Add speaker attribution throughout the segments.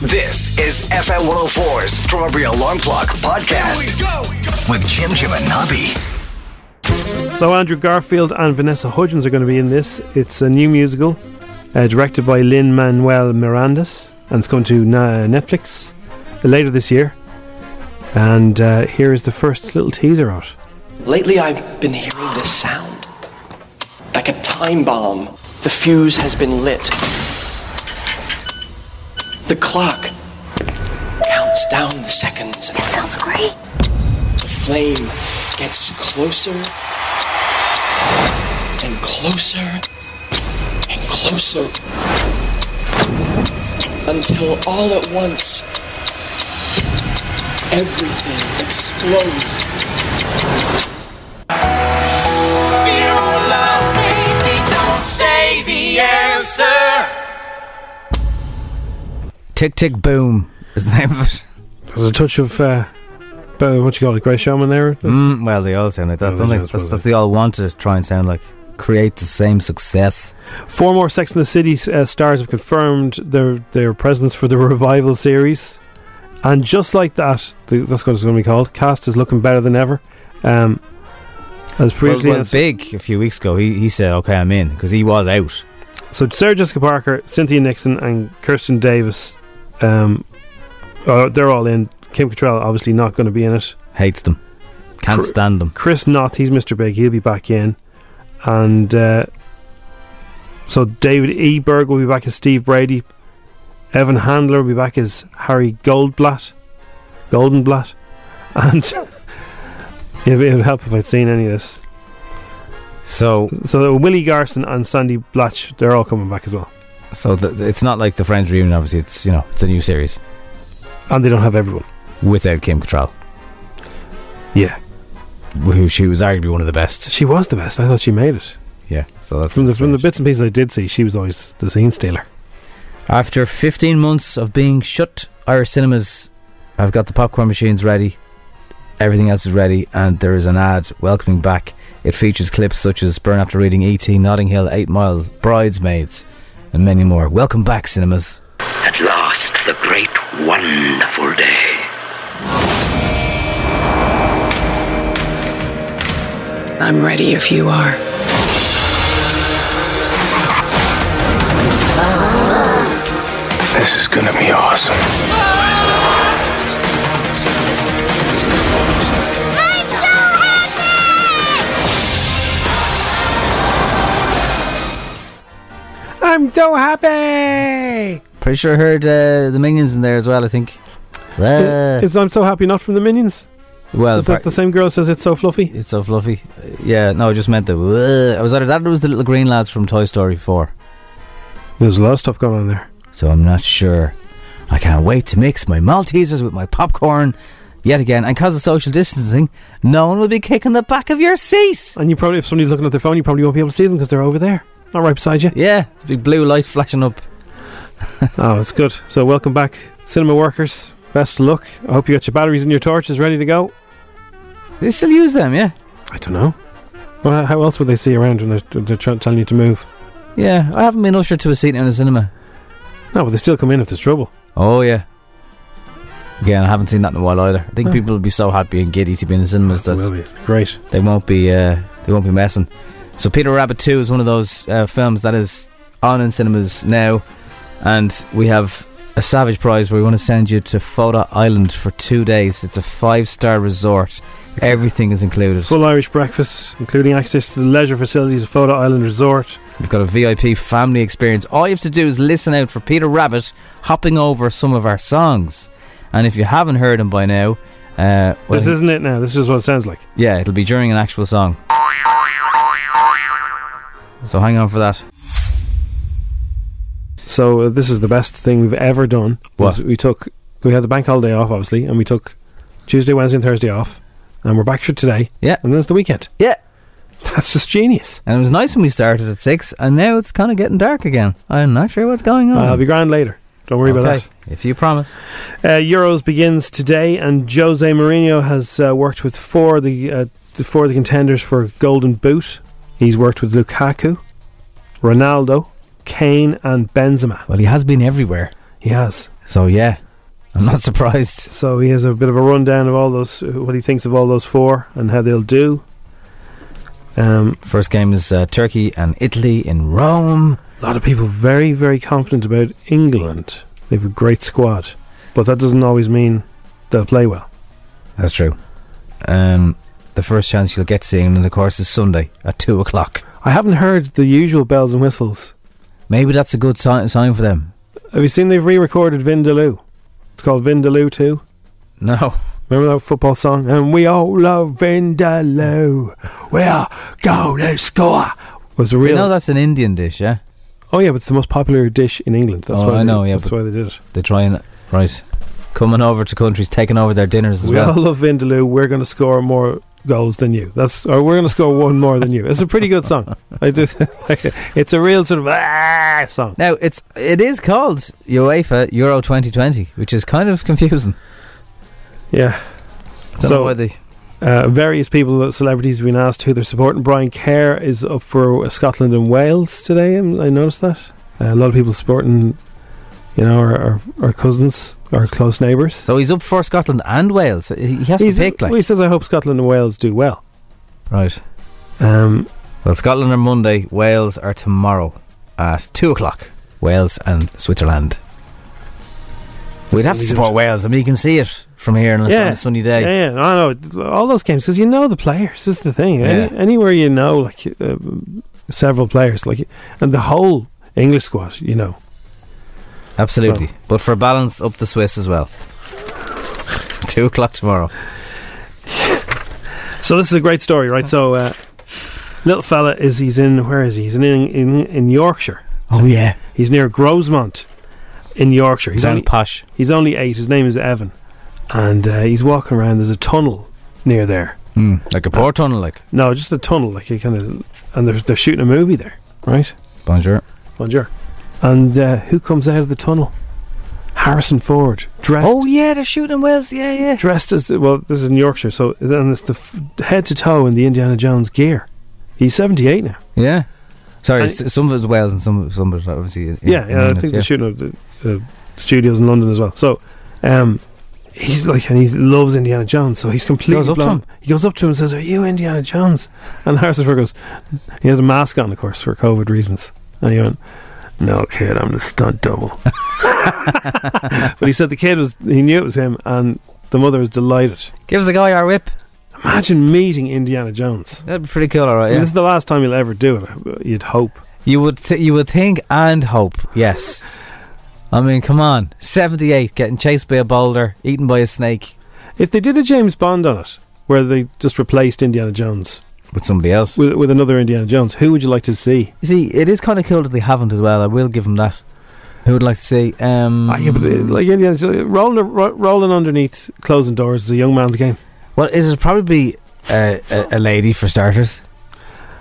Speaker 1: This is FM 104's Strawberry Alarm Clock Podcast with Jim Jim and Nobby.
Speaker 2: So Andrew Garfield and Vanessa Hudgens are going to be in this. It's a new musical uh, directed by Lin Manuel Mirandes, and it's going to na- Netflix later this year. And uh, here is the first little teaser out.
Speaker 3: Lately, I've been hearing this sound like a time bomb. The fuse has been lit. The clock counts down the seconds. It sounds great. The flame gets closer and closer and closer until all at once everything explodes.
Speaker 4: Tick Tick Boom is the name of it.
Speaker 2: There's a touch of uh, uh, what you call it, Grey Shaman there.
Speaker 4: Mm, well, they all sound like that.
Speaker 2: Yeah,
Speaker 4: don't
Speaker 2: they
Speaker 4: they?
Speaker 2: do, I
Speaker 4: That's
Speaker 2: suppose
Speaker 4: what they all want to try and sound like. Create the same success.
Speaker 2: Four more Sex and the City uh, stars have confirmed their their presence for the revival series, and just like that, the, that's what it's going to be called. Cast is looking better than ever. Um, as
Speaker 4: Well,
Speaker 2: previously,
Speaker 4: well,
Speaker 2: announced-
Speaker 4: Big a few weeks ago, he, he said, "Okay, I'm in," because he was out.
Speaker 2: So Sarah Jessica Parker, Cynthia Nixon, and Kirsten Davis, um, uh, they're all in. Kim Cattrall obviously not going to be in it.
Speaker 4: Hates them, can't
Speaker 2: Cr-
Speaker 4: stand them.
Speaker 2: Chris Noth, he's Mr. Big, he'll be back in, and uh, so David E. Berg will be back as Steve Brady. Evan Handler will be back as Harry Goldblatt, Goldenblatt, and it would help if I'd seen any of this.
Speaker 4: So,
Speaker 2: So Willie Garson and Sandy Blatch, they're all coming back as well,
Speaker 4: so the, the- it's not like the Friends reunion. Obviously, it's you know, it's a new series
Speaker 2: and they don't have everyone.
Speaker 4: without Kim Cattrall,
Speaker 2: Yeah.
Speaker 4: who she was arguably one of the best.
Speaker 2: She was the best. I thought she made it.
Speaker 4: Yeah. So that's
Speaker 2: From the from the bits and pieces I did see, she was always the scene stealer.
Speaker 4: After 15 months of being shut, Irish cinemas have got the popcorn machines ready. Everything else is ready, and there is an ad welcoming back. It features clips such as Burn After Reading, E.T., Notting Hill, Eight Miles, Bridesmaids, and many more. Welcome back, cinemas.
Speaker 5: At last, the great wonderful day.
Speaker 6: I'm ready if you are.
Speaker 1: This is gonna be awesome.
Speaker 2: I'm so happy.
Speaker 4: Pretty sure I heard uh, the Minions in there as well, I think. Uh,
Speaker 2: Is I'm so happy not from the Minions?
Speaker 4: well,
Speaker 2: Is that the same girl says it's so fluffy?
Speaker 4: it's so fluffy. Uh, Yeah, no, I just meant the. Uh, I was either that or it was the little green lads from Toy Story 4.
Speaker 2: There's a lot of stuff going on there.
Speaker 4: so I'm not sure. I can't wait to mix my Maltesers with my popcorn yet again. And because of social distancing, no one will be kicking the back of your seat.
Speaker 2: And you probably, if somebody's looking at their phone, you probably won't be able to see them because they're over there, not right beside you.
Speaker 4: Yeah, it's a big blue light flashing up.
Speaker 2: oh, it's good. So welcome back, cinema workers. Best of luck. I hope you got your batteries and your torches ready to go.
Speaker 4: They still use them, yeah.
Speaker 2: I don't know. Well, how else would they see around when they're, when they're trying, telling you to move?
Speaker 4: Yeah, I haven't been ushered to a seat in a cinema.
Speaker 2: No, but they still come in if there's trouble.
Speaker 4: Oh, yeah. Again, I haven't seen that in a while either. I think
Speaker 2: Oh.
Speaker 4: people will be so happy and giddy to be in the cinemas that
Speaker 2: Will be. Great.
Speaker 4: they won't be uh, they won't be messing. So Peter Rabbit 2 is one of those uh, films that is on in cinemas now, and we have a Savage Prize where we want to send you to Foda Island for two days. It's a five-star resort. Everything is included.
Speaker 2: Full Irish breakfast, including access to the leisure facilities of Foda Island Resort.
Speaker 4: You've got a VIP family experience. All you have to do is listen out for Peter Rabbit hopping over some of our songs. And if you haven't heard him by now, uh, well,
Speaker 2: this isn't it now. This is what it sounds like.
Speaker 4: yeah, it'll be during an actual song. So hang on for that.
Speaker 2: So uh, this is the best thing we've ever done.
Speaker 4: What?
Speaker 2: Is We took we had the bank holiday off, obviously, and we took Tuesday, Wednesday, and Thursday off, and we're back for today.
Speaker 4: Yeah.
Speaker 2: and then it's the weekend.
Speaker 4: Yeah.
Speaker 2: That's just genius.
Speaker 4: And it was nice when we started at six, and now it's kind of getting dark again. I'm not sure what's going on.
Speaker 2: Uh, I'll be grand later. Don't worry about that.
Speaker 4: Hmm. Okay, If you promise.
Speaker 2: Uh, Euros begins today, and Jose Mourinho has uh, worked with four of the uh, the four of the contenders for Golden Boot. He's worked with Lukaku, Ronaldo, Kane, and Benzema.
Speaker 4: Well, he has been everywhere.
Speaker 2: He has.
Speaker 4: So, yeah, I'm not surprised.
Speaker 2: So he has a bit of a rundown of all those, what he thinks of all those four and how they'll do. Um,
Speaker 4: First game is uh, Turkey and Italy in Rome.
Speaker 2: a lot of people very, very confident about England. They have a great squad, but that doesn't always mean they'll play well.
Speaker 4: That's true. Um, the first chance you'll get to see England, of course, is Sunday at two o'clock.
Speaker 2: I haven't heard the usual bells and whistles.
Speaker 4: Maybe that's a good si- sign for them.
Speaker 2: Have you seen they've re-recorded Vindaloo? It's called Vindaloo Two.
Speaker 4: No.
Speaker 2: Remember that football song? And we all love Vindaloo. We're gonna score. Was a
Speaker 4: We
Speaker 2: real.
Speaker 4: know that's an Indian dish, yeah?
Speaker 2: oh yeah, but it's the most popular dish in England. That's
Speaker 4: Oh,
Speaker 2: why
Speaker 4: I
Speaker 2: they-
Speaker 4: know, yeah,
Speaker 2: that's
Speaker 4: but-
Speaker 2: why they did it.
Speaker 4: They try and. Right. Coming over to countries, taking over their dinners as
Speaker 2: we all
Speaker 4: well.
Speaker 2: love Vindaloo. We're going to score more goals than you. That's or we're going to score one more than you. It's a pretty good song. I just, it's a real sort of ah song.
Speaker 4: Now it's it is called UEFA Euro 2020, which is kind of confusing.
Speaker 2: Yeah.
Speaker 4: I don't know why they-
Speaker 2: Uh, various people, celebrities, have been asked who they're supporting. Brian Kerr is up for uh, Scotland and Wales today. um, I noticed that uh, a lot of people supporting, you know, our, our, our cousins, our close neighbours.
Speaker 4: so he's up for Scotland and Wales. He he has
Speaker 2: He's-
Speaker 4: to pick, like
Speaker 2: well, he says, "I hope Scotland and Wales do well."
Speaker 4: right.
Speaker 2: Um,
Speaker 4: Well, Scotland are Monday, Wales are tomorrow at two o'clock. Wales and Switzerland. We'd have to
Speaker 2: really
Speaker 4: support Wales. I mean, you can see it from here on a, on a sunny day.
Speaker 2: Yeah, yeah. I know all those games because you know the players. This is the thing. Any-
Speaker 4: Yeah.
Speaker 2: anywhere you know, like uh, several players, like and the whole English squad, you know.
Speaker 4: Absolutely. But for balance, up the Swiss as well. two o'clock tomorrow.
Speaker 2: So this is a great story, right? So uh, little fella is he's in where is he? He's in in, in Yorkshire.
Speaker 4: Oh yeah,
Speaker 2: He's near Grosemont in Yorkshire. He's
Speaker 4: sounds
Speaker 2: only
Speaker 4: posh.
Speaker 2: he's only eight. His name is Evan, and uh, he's walking around. There's a tunnel near there.
Speaker 4: Like a poor tunnel, like
Speaker 2: No, just a tunnel, like you kind of, and they're they're shooting a movie there, right?
Speaker 4: bonjour.
Speaker 2: Bonjour. And uh, who comes out of the tunnel? Harrison Ford, dressed
Speaker 4: Oh yeah, they're shooting Wales. Yeah, yeah.
Speaker 2: dressed as the, well. This is in Yorkshire, so then it's the f- head to toe in the Indiana Jones gear. He's seventy eight now.
Speaker 4: Yeah. Sorry,
Speaker 2: And-
Speaker 4: s some of it's Wales and some some of it's obviously. in-
Speaker 2: Yeah,
Speaker 4: in
Speaker 2: yeah. I
Speaker 4: England,
Speaker 2: think they're shooting at the uh, studios in London as well. So, um, he's like, and he loves Indiana Jones, so he's completely
Speaker 4: Goes up to
Speaker 2: blown.
Speaker 4: him.
Speaker 2: He goes up to him and says, "Are you Indiana Jones?" And Harrison Ford goes, "He has a mask on, of course, for COVID reasons." And he went, "No, kid, I'm the stunt double." but he said the kid was, he knew it was him, and the mother was delighted.
Speaker 4: Give us a guy our whip.
Speaker 2: Imagine meeting Indiana Jones.
Speaker 4: That'd be pretty cool, all
Speaker 2: I
Speaker 4: right.
Speaker 2: mean,
Speaker 4: Oh, Yeah.
Speaker 2: this is the last time you'll ever do it. You'd hope.
Speaker 4: You would th- you would think and hope. Yes. I mean, come on. Seventy-eight, getting chased by a boulder, eaten by a snake
Speaker 2: If they did a James Bond on it, where they just replaced Indiana Jones
Speaker 4: with somebody else.
Speaker 2: with, with another Indiana Jones, who would you like to see?
Speaker 4: You see, it is kind of cool that they haven't as well. I will give them that. Who would like to see? Um,
Speaker 2: Ah, yeah, but uh, like Indiana Jones, rolling, ro- rolling underneath closing doors is a young man's game.
Speaker 4: well, it would probably a, a, a lady for starters.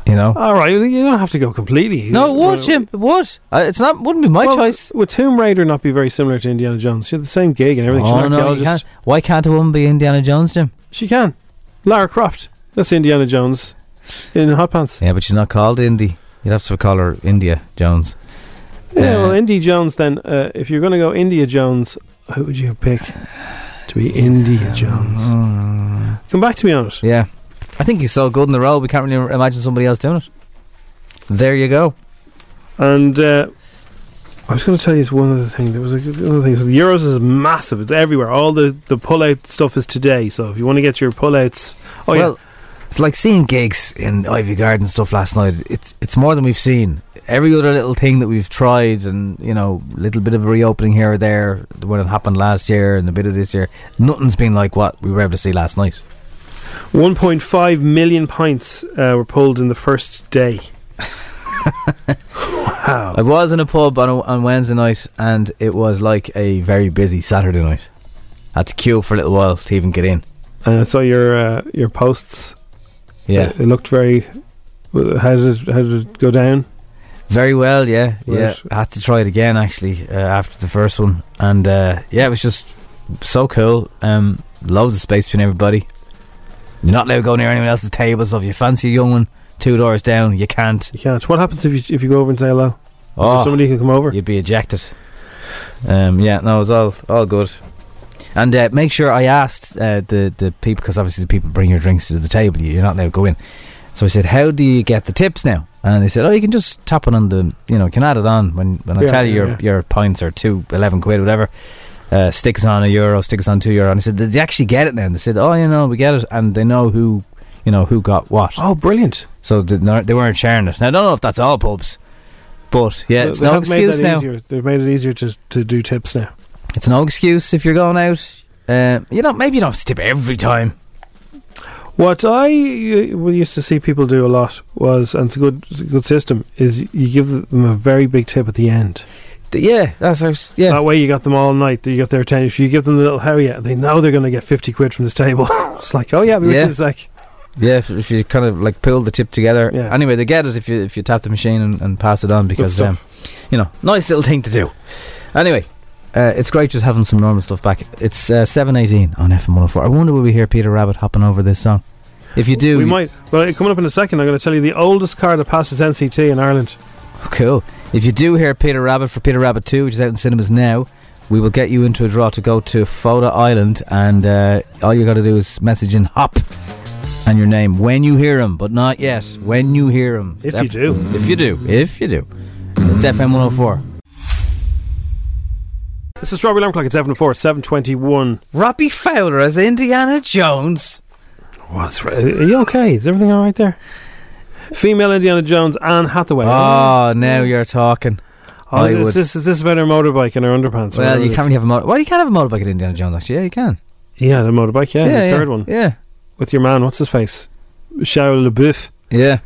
Speaker 4: You know.
Speaker 2: All right, you don't have to go completely.
Speaker 4: no, it would
Speaker 2: Ah, Well,
Speaker 4: Jim? It would. Uh, it's not. Wouldn't be my
Speaker 2: well,
Speaker 4: choice.
Speaker 2: Would Tomb Raider not be very similar to Indiana Jones? She had the same gig and everything. She's
Speaker 4: Oh,
Speaker 2: an
Speaker 4: no, you can't.
Speaker 2: archaeologist.
Speaker 4: Why can't a woman be Indiana Jones, Jim?
Speaker 2: She can. Lara Croft. That's Indiana Jones in hot pants.
Speaker 4: Yeah, but she's not called Indy. You'd have to call her India Jones.
Speaker 2: Yeah,
Speaker 4: Uh,
Speaker 2: well, Indy Jones. Then, uh, if you're going to go India Jones, who would you pick to be India Jones? Come back to me on it.
Speaker 4: Yeah. I think he's so good in the role, we can't really imagine somebody else doing it. There you go.
Speaker 2: And uh, I was going to tell you one other thing. There was a, another thing. So the Euros is massive. It's everywhere. All the the pull-out stuff is today. So if you want to get your pull-outs, oh
Speaker 4: well, it's like seeing gigs in Ivy Garden stuff last night. It's it's more than we've seen. Every other little thing that we've tried, and you know, little bit of a reopening here or there, the one that happened last year and a bit of this year, nothing's been like what we were able to see last night.
Speaker 2: yeah, 1.5 million pints uh, were pulled in the first day. wow.
Speaker 4: I was in a pub on, a, on Wednesday night, and it was like a very busy Saturday night. I had to queue for a little while to even get in.
Speaker 2: And I saw your uh, your posts.
Speaker 4: Yeah,
Speaker 2: It, it looked very. well, How did it, how did it go down?
Speaker 4: Very well, yeah, yeah.
Speaker 2: Right.
Speaker 4: I had to try it again actually uh, after the first one, and uh, yeah, it was just so cool. Um, loads of space between everybody. You're not allowed to go near anyone else's table, so if you fancy a young one two doors down, you can't.
Speaker 2: You can't. What happens if you if you go over and say hello? Is there
Speaker 4: Oh,
Speaker 2: somebody who can come over.
Speaker 4: you'd be ejected. Um, yeah, no, it was all all good. And uh, make sure I asked uh, the the people because obviously the people bring your drinks to the table. you- You're not allowed to go in. So I said, "How do you get the tips now?" And they said, "Oh, you can just tap it on the, you know, you can add it on when when I
Speaker 2: Yeah,
Speaker 4: tell you
Speaker 2: yeah,
Speaker 4: your
Speaker 2: yeah.
Speaker 4: your pints are two eleven quid, whatever. Uh, sticks on a euro, sticks on two euro." And I said, "Did you actually get it now?" And they said, "Oh, you know, we get it, and they know who, you know, who got what."
Speaker 2: Oh, brilliant!
Speaker 4: So they, they weren't sharing it. Now I don't know if that's all pubs, but yeah,
Speaker 2: They-
Speaker 4: it's
Speaker 2: they
Speaker 4: no
Speaker 2: have made
Speaker 4: excuse
Speaker 2: that
Speaker 4: now.
Speaker 2: Easier. They've made it easier to, to do tips now.
Speaker 4: It's no excuse if you're going out. Uh, you know, maybe you don't have to tip every time.
Speaker 2: What I uh, we used to see people do a lot was, and it's a good it's a good system, is you give them a very big tip at the end.
Speaker 4: Th- Yeah, that's how s- yeah.
Speaker 2: That way you got them all night. You got their attention. If you give them the little how yeah, they know they're going to get fifty quid from this table. it's like oh yeah, we were
Speaker 4: Yeah.
Speaker 2: just like
Speaker 4: Yeah, if, if you kind of like pull the tip together.
Speaker 2: Yeah.
Speaker 4: Anyway, they get it if you if you tap the machine and, and pass it on because
Speaker 2: stuff.
Speaker 4: um, you know, nice little thing to do. Anyway, uh, it's great just having some normal stuff back. It's uh, seven eighteen on FM one hundred four. I wonder will we hear Peter Rabbit hopping over this song? If you do,
Speaker 2: we
Speaker 4: you-
Speaker 2: might. Well, coming up in a second, I'm going to tell you the oldest car that passes NCT in Ireland.
Speaker 4: Cool. If you do hear Peter Rabbit for Peter Rabbit 2, which is out in cinemas now, we will get you into a draw to go to Foda Island, and uh, all you got to do is message in HOP and your name when you hear him, but not yet. When you hear him.
Speaker 2: If you do.
Speaker 4: If you do. If you do. It's FM 104.
Speaker 2: This is Strawberry Alarm Clock. It's seven oh four seven twenty one.
Speaker 4: Robbie Fowler as Indiana Jones.
Speaker 2: What's right? Are you okay? Is everything all right there? Female Indiana Jones, Anne Hathaway.
Speaker 4: Oh, now you're talking.
Speaker 2: Oh,
Speaker 4: I
Speaker 2: is
Speaker 4: would-
Speaker 2: this is this about her motorbike and her underpants? or
Speaker 4: Well,
Speaker 2: whatever
Speaker 4: you
Speaker 2: it
Speaker 4: can't really have a motorbike. Well, you can have a motorbike at Indiana Jones, actually. Yeah, you can.
Speaker 2: is. Yeah, the motorbike. Yeah, the third one
Speaker 4: Yeah.
Speaker 2: with your man. What's his face? Shia LaBeouf.
Speaker 4: Yeah.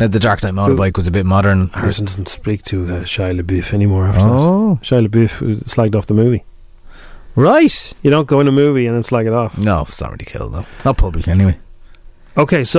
Speaker 4: Uh, The Dark Knight motorbike was a bit modern.
Speaker 2: Harrison doesn't speak to uh, Shia LaBeouf anymore after
Speaker 4: Oh,
Speaker 2: that. Shia LaBeouf was slagged off the movie.
Speaker 4: right.
Speaker 2: You don't go in a movie and then slag it off.
Speaker 4: No, it's not really killed though. Not public anyway.
Speaker 2: Okay, so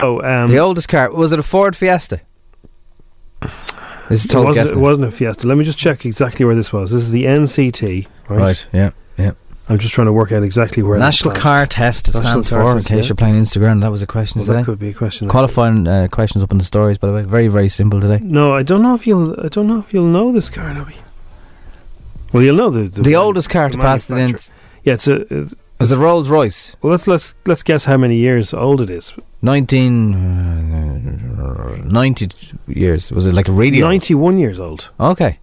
Speaker 2: oh, um,
Speaker 4: the oldest car was it a Ford Fiesta? This is
Speaker 2: it,
Speaker 4: total
Speaker 2: wasn't,
Speaker 4: guessing.
Speaker 2: it wasn't a Fiesta. Let me just check exactly where this was. This is the NCT, right?
Speaker 4: right. Yeah. Yeah.
Speaker 2: I'm just trying to work out exactly where that
Speaker 4: National
Speaker 2: stands.
Speaker 4: Car Test it
Speaker 2: National
Speaker 4: stands
Speaker 2: Car
Speaker 4: for. In
Speaker 2: Test,
Speaker 4: case
Speaker 2: yeah.
Speaker 4: you're playing Instagram, that was a question
Speaker 2: Well, that
Speaker 4: today.
Speaker 2: could be a question, Hmm.
Speaker 4: Qualifying uh, questions up in the stories, by the way. Very very simple today.
Speaker 2: No, I don't know if you'll. I don't know if you'll know this car, Nobby. Well, you'll know the the,
Speaker 4: The oldest car
Speaker 2: the
Speaker 4: to pass it in.
Speaker 2: manufacturer. Yeah, it's a. It's,
Speaker 4: Is the Rolls Royce?
Speaker 2: well, let's let's let's guess how many years old it is.
Speaker 4: 19, uh, 90 years. Was it like a radio?
Speaker 2: Ninety-one years old.
Speaker 4: Okay.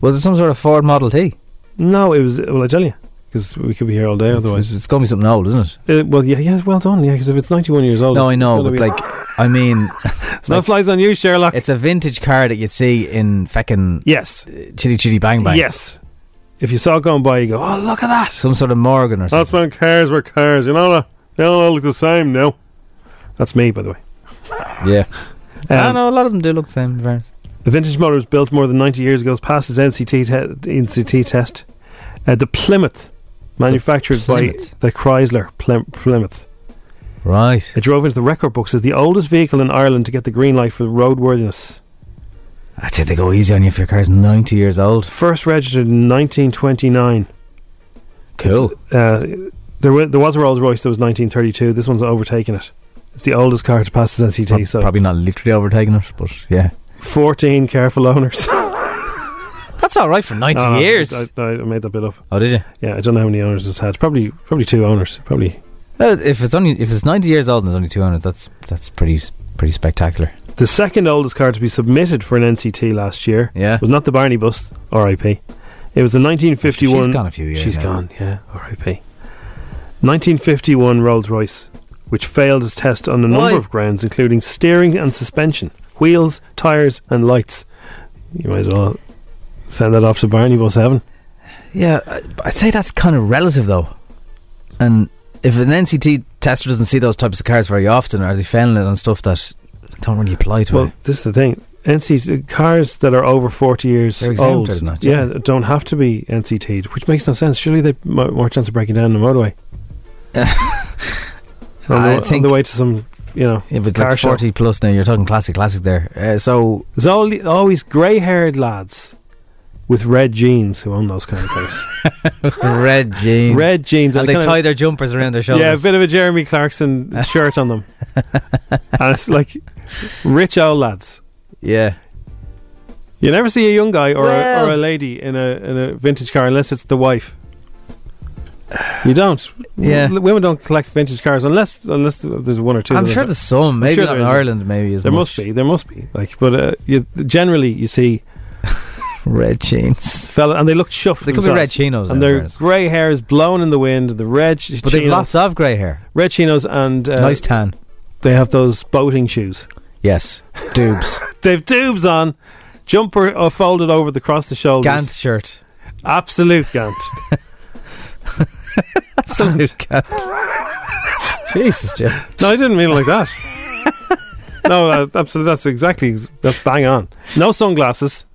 Speaker 4: Was it some sort of Ford Model T?
Speaker 2: No, it was. Well, I tell you, because we could be here all day
Speaker 4: It's-
Speaker 2: otherwise.
Speaker 4: it's, it's going to be something old, isn't it?
Speaker 2: Uh, well, yeah, yes, well done. Yeah, because if it's ninety-one years old,
Speaker 4: No,
Speaker 2: it's
Speaker 4: I know,
Speaker 2: gonna
Speaker 4: but
Speaker 2: be-
Speaker 4: like, I mean,
Speaker 2: snow flies on you, Sherlock.
Speaker 4: it's a vintage car that you'd see in feckin'
Speaker 2: yes,
Speaker 4: Chitty Chitty Bang Bang.
Speaker 2: yes. If you saw it going by, you go, "Oh, look at that!"
Speaker 4: Some sort of Morgan or
Speaker 2: That's
Speaker 4: something.
Speaker 2: when cars were cars. You know, they don't all look the same now. That's me, by the way.
Speaker 4: yeah. I
Speaker 2: Um,
Speaker 4: know, a lot of them do look the same. in fairness.
Speaker 2: The vintage motor was built more than 90 years ago, has passed its NCT, te- NCT test. Uh, the Plymouth, manufactured
Speaker 4: Plymouth.
Speaker 2: by the Chrysler Plym- Plymouth.
Speaker 4: Right.
Speaker 2: It drove into the record books as the oldest vehicle in Ireland to get the green light for roadworthiness.
Speaker 4: That's it, they go easy on you if your car's 90 years old.
Speaker 2: First registered in 1929.
Speaker 4: Cool.
Speaker 2: Uh, there, wa there was a Rolls Royce that was 1932. This one's overtaken it. It's the oldest car to pass its NCT,
Speaker 4: Prob-
Speaker 2: so
Speaker 4: Probably not literally overtaking it, but yeah.
Speaker 2: 14 careful owners.
Speaker 4: That's alright for 90
Speaker 2: No, no,
Speaker 4: years.
Speaker 2: Uh, I, I- I made that bit up.
Speaker 4: oh, did you?
Speaker 2: Yeah, I don't know how many owners it's had. Probably, probably two owners. Probably
Speaker 4: Uh, if it's only if it's 90 years old and there's only 200, that's that's pretty pretty spectacular.
Speaker 2: the second oldest car to be submitted for an NCT last year.
Speaker 4: Yeah.
Speaker 2: was not the Barney bus. R.I.P. It was the 1951.
Speaker 4: She's gone a few years
Speaker 2: She's
Speaker 4: now.
Speaker 2: gone. Yeah. R.I.P. 1951 Rolls Royce, which failed its test on a
Speaker 4: Why?
Speaker 2: number of grounds, including steering and suspension, wheels, tires, and lights. You might as well send that off to Barney Bus Heaven.
Speaker 4: Yeah, I- I'd say that's kind of relative though. And if an NCT tester doesn't see those types of cars very often, are they failing it on stuff that don't really apply to
Speaker 2: Well,
Speaker 4: it?
Speaker 2: this is the thing. NCT uh, cars that are over forty years
Speaker 4: They're exempted,
Speaker 2: old,
Speaker 4: isn't it?
Speaker 2: yeah, don't have to be NCT'd, which makes no sense. Surely they m- more chance of breaking down on the motorway. on,
Speaker 4: I
Speaker 2: the, on
Speaker 4: think-
Speaker 2: the way to some, you know,
Speaker 4: If it's
Speaker 2: car
Speaker 4: like
Speaker 2: show.
Speaker 4: 40 plus now, you're talking classic, classic there. Uh, so
Speaker 2: There's al- always grey-haired lads with red jeans who own those kind of cars.
Speaker 4: red jeans,
Speaker 2: red jeans,
Speaker 4: and they
Speaker 2: kind of-
Speaker 4: tie their jumpers around their shoulders.
Speaker 2: yeah, a bit of a Jeremy Clarkson shirt on them, and it's like rich old lads.
Speaker 4: yeah.
Speaker 2: You never see a young guy or,
Speaker 4: Well-
Speaker 2: a, or a lady in a in a vintage car unless it's the wife. You don't.
Speaker 4: Yeah.
Speaker 2: W- women don't collect vintage cars unless unless there's one or 2
Speaker 4: I'm
Speaker 2: that
Speaker 4: sure
Speaker 2: are-
Speaker 4: there's some. Maybe
Speaker 2: sure
Speaker 4: not
Speaker 2: there
Speaker 4: in
Speaker 2: is.
Speaker 4: Ireland. Maybe as
Speaker 2: there must
Speaker 4: much.
Speaker 2: be. There must be. Like, but uh, you, generally you see
Speaker 4: red jeans.
Speaker 2: fella and they look chuffed.
Speaker 4: They could be
Speaker 2: themselves.
Speaker 4: red chinos,
Speaker 2: and
Speaker 4: now,
Speaker 2: their
Speaker 4: fairness.
Speaker 2: grey hair is blown in the wind. The red ch-
Speaker 4: but
Speaker 2: chinos,
Speaker 4: they've lots of grey hair.
Speaker 2: red chinos, and uh,
Speaker 4: nice tan.
Speaker 2: they have those boating shoes.
Speaker 4: Yes, dubes,
Speaker 2: They've tubes on, jumper uh, folded over the cross the shoulders.
Speaker 4: Gant shirt.
Speaker 2: Absolute gant.
Speaker 4: Absolute Gant. Jesus, Jeff.
Speaker 2: No, I didn't mean it like that. no, uh, absolutely. That's exactly. That's bang on. No sunglasses.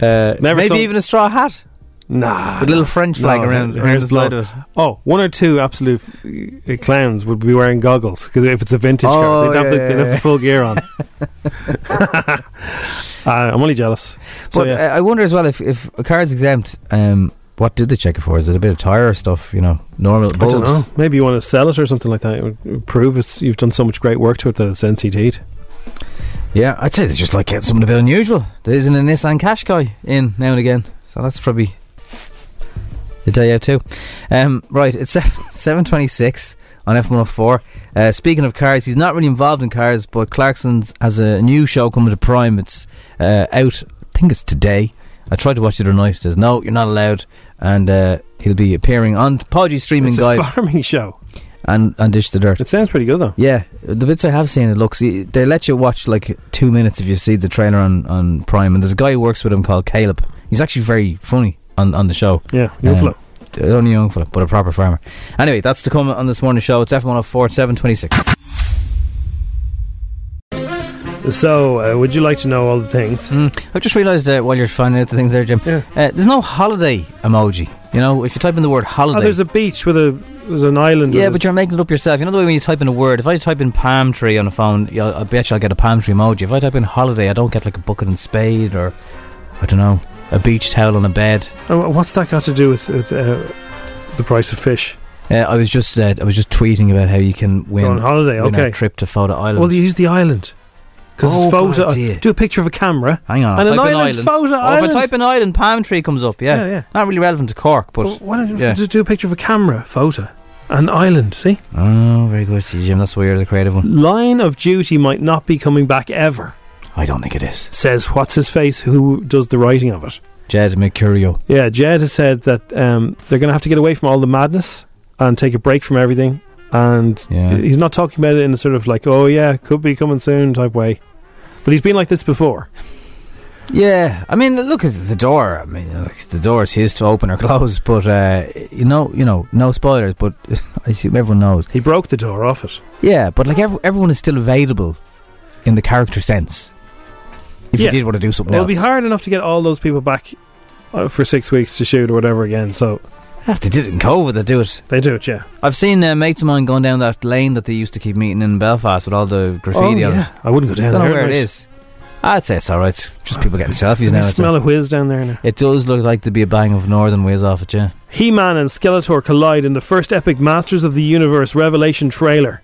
Speaker 4: Uh,
Speaker 2: Never
Speaker 4: maybe
Speaker 2: saw-
Speaker 4: even a straw hat
Speaker 2: Nah.
Speaker 4: with a little French flag
Speaker 2: No,
Speaker 4: around,
Speaker 2: there's
Speaker 4: around the
Speaker 2: blood.
Speaker 4: side of it.
Speaker 2: Oh, one or two absolute uh, clowns would be wearing goggles because if it's a vintage car,
Speaker 4: Oh,
Speaker 2: they'd have, the,
Speaker 4: yeah,
Speaker 2: they'd have the
Speaker 4: yeah.
Speaker 2: full gear on. uh, I'm only jealous. So
Speaker 4: but
Speaker 2: yeah,
Speaker 4: uh, I wonder as well if, if a car is exempt, um, what do they check it for? Is it a bit of tire stuff? You know, normal
Speaker 2: I don't know.
Speaker 4: bulbs.
Speaker 2: Maybe you want to sell it or something like that. It would- it would prove it's you've done so much great work to it that it's NCT'd.
Speaker 4: Yeah, I'd say they just like getting something a bit unusual. There isn't a Nissan Qashqai in now and again, so that's probably the day out too. Um, right, it's seven twenty-six on F one hundred four. Uh, speaking of cars, he's not really involved in cars, but Clarkson's has a new show coming to Prime. It's uh, out, I think it's today. I tried to watch it tonight. It says no, you're not allowed, and uh, he'll be appearing on Podgy streaming
Speaker 2: It's
Speaker 4: guide
Speaker 2: a farming show.
Speaker 4: and and Dish the Dirt.
Speaker 2: It sounds pretty good though.
Speaker 4: Yeah, the bits I have seen, it looks they let you watch like two minutes if you see the trailer on, on Prime, and there's a guy who works with him called Caleb. He's actually very funny on, on the show.
Speaker 2: Yeah, young
Speaker 4: Um,
Speaker 2: fella.
Speaker 4: Only young fella, but a proper farmer. Anyway, that's to come on this morning's show. It's F one hundred four seven twenty six.
Speaker 2: Mm. So, uh, would you like to know all the things?
Speaker 4: Mm, I've just realised uh, while you're finding out the things there, Jim.
Speaker 2: Yeah.
Speaker 4: Uh, there's no holiday emoji. You know, if you type in the word holiday,
Speaker 2: Oh, there's a beach with a there's an island.
Speaker 4: Yeah,
Speaker 2: with
Speaker 4: but you're making it up yourself. You know the way when you type in a word. If I type in palm tree on a phone, yeah, I bet you I'll get a palm tree emoji. If I type in holiday, I don't get like a bucket and spade or I don't know a beach towel on a bed.
Speaker 2: a, and wha- what's that got to do with, with uh, the price of fish.
Speaker 4: Uh, I was just uh, I was just tweeting about how you can win
Speaker 2: on holiday,
Speaker 4: win
Speaker 2: okay.
Speaker 4: a trip to Photo Island.
Speaker 2: Well, they use the island. Because
Speaker 4: Oh, good
Speaker 2: photo.
Speaker 4: idea.
Speaker 2: Do a picture of a camera.
Speaker 4: Hang on, I'll
Speaker 2: And an
Speaker 4: type in
Speaker 2: island, photo
Speaker 4: oh,
Speaker 2: island.
Speaker 4: If I type an island, palm tree comes up. Yeah,
Speaker 2: Yeah, yeah.
Speaker 4: Not really relevant to Cork, but
Speaker 2: Well, why don't you
Speaker 4: yeah.
Speaker 2: just do a picture of a camera photo? An island, see?
Speaker 4: Oh, very good, see, Jim. That's why you're the creative one.
Speaker 2: Line of Duty might not be coming back ever,
Speaker 4: I don't think it is.
Speaker 2: says What's His Face, who does the writing of it.
Speaker 4: Jed Mercurio.
Speaker 2: Yeah, Jed has said that um, they're going to have to get away from all the madness and take a break from everything. And
Speaker 4: Yeah.
Speaker 2: he's not talking about it in a sort of like, oh, yeah, could be coming soon type way. But he's been like this before.
Speaker 4: Yeah, I mean, look at the door. I mean, look, the door is his to open or close, but uh, you know, you know, no spoilers. But I assume everyone knows.
Speaker 2: He broke the door off it.
Speaker 4: Yeah, but like ev- everyone is still available in the character sense. If
Speaker 2: Yeah.
Speaker 4: you did want to do something
Speaker 2: Well, it'll
Speaker 4: else,
Speaker 2: be hard enough to get all those people back uh, for six weeks to shoot or whatever again. So
Speaker 4: If Ah, they did it in COVID. They do it.
Speaker 2: they do it, yeah.
Speaker 4: I've seen uh, mates of mine going down that lane that they used to keep meeting in Belfast with all the graffiti
Speaker 2: oh,
Speaker 4: on
Speaker 2: yeah.
Speaker 4: it.
Speaker 2: I wouldn't go
Speaker 4: I
Speaker 2: down
Speaker 4: don't
Speaker 2: there.
Speaker 4: know where it
Speaker 2: Nice.
Speaker 4: is. I'd say it's all right. It's just people getting selfies
Speaker 2: Can
Speaker 4: now.
Speaker 2: you
Speaker 4: it's
Speaker 2: smell
Speaker 4: a-
Speaker 2: a whiz down there now.
Speaker 4: It does look like there'd be a bang of Northern Whiz off it, yeah.
Speaker 2: He Man and Skeletor collide in the first epic Masters of the Universe Revelation trailer.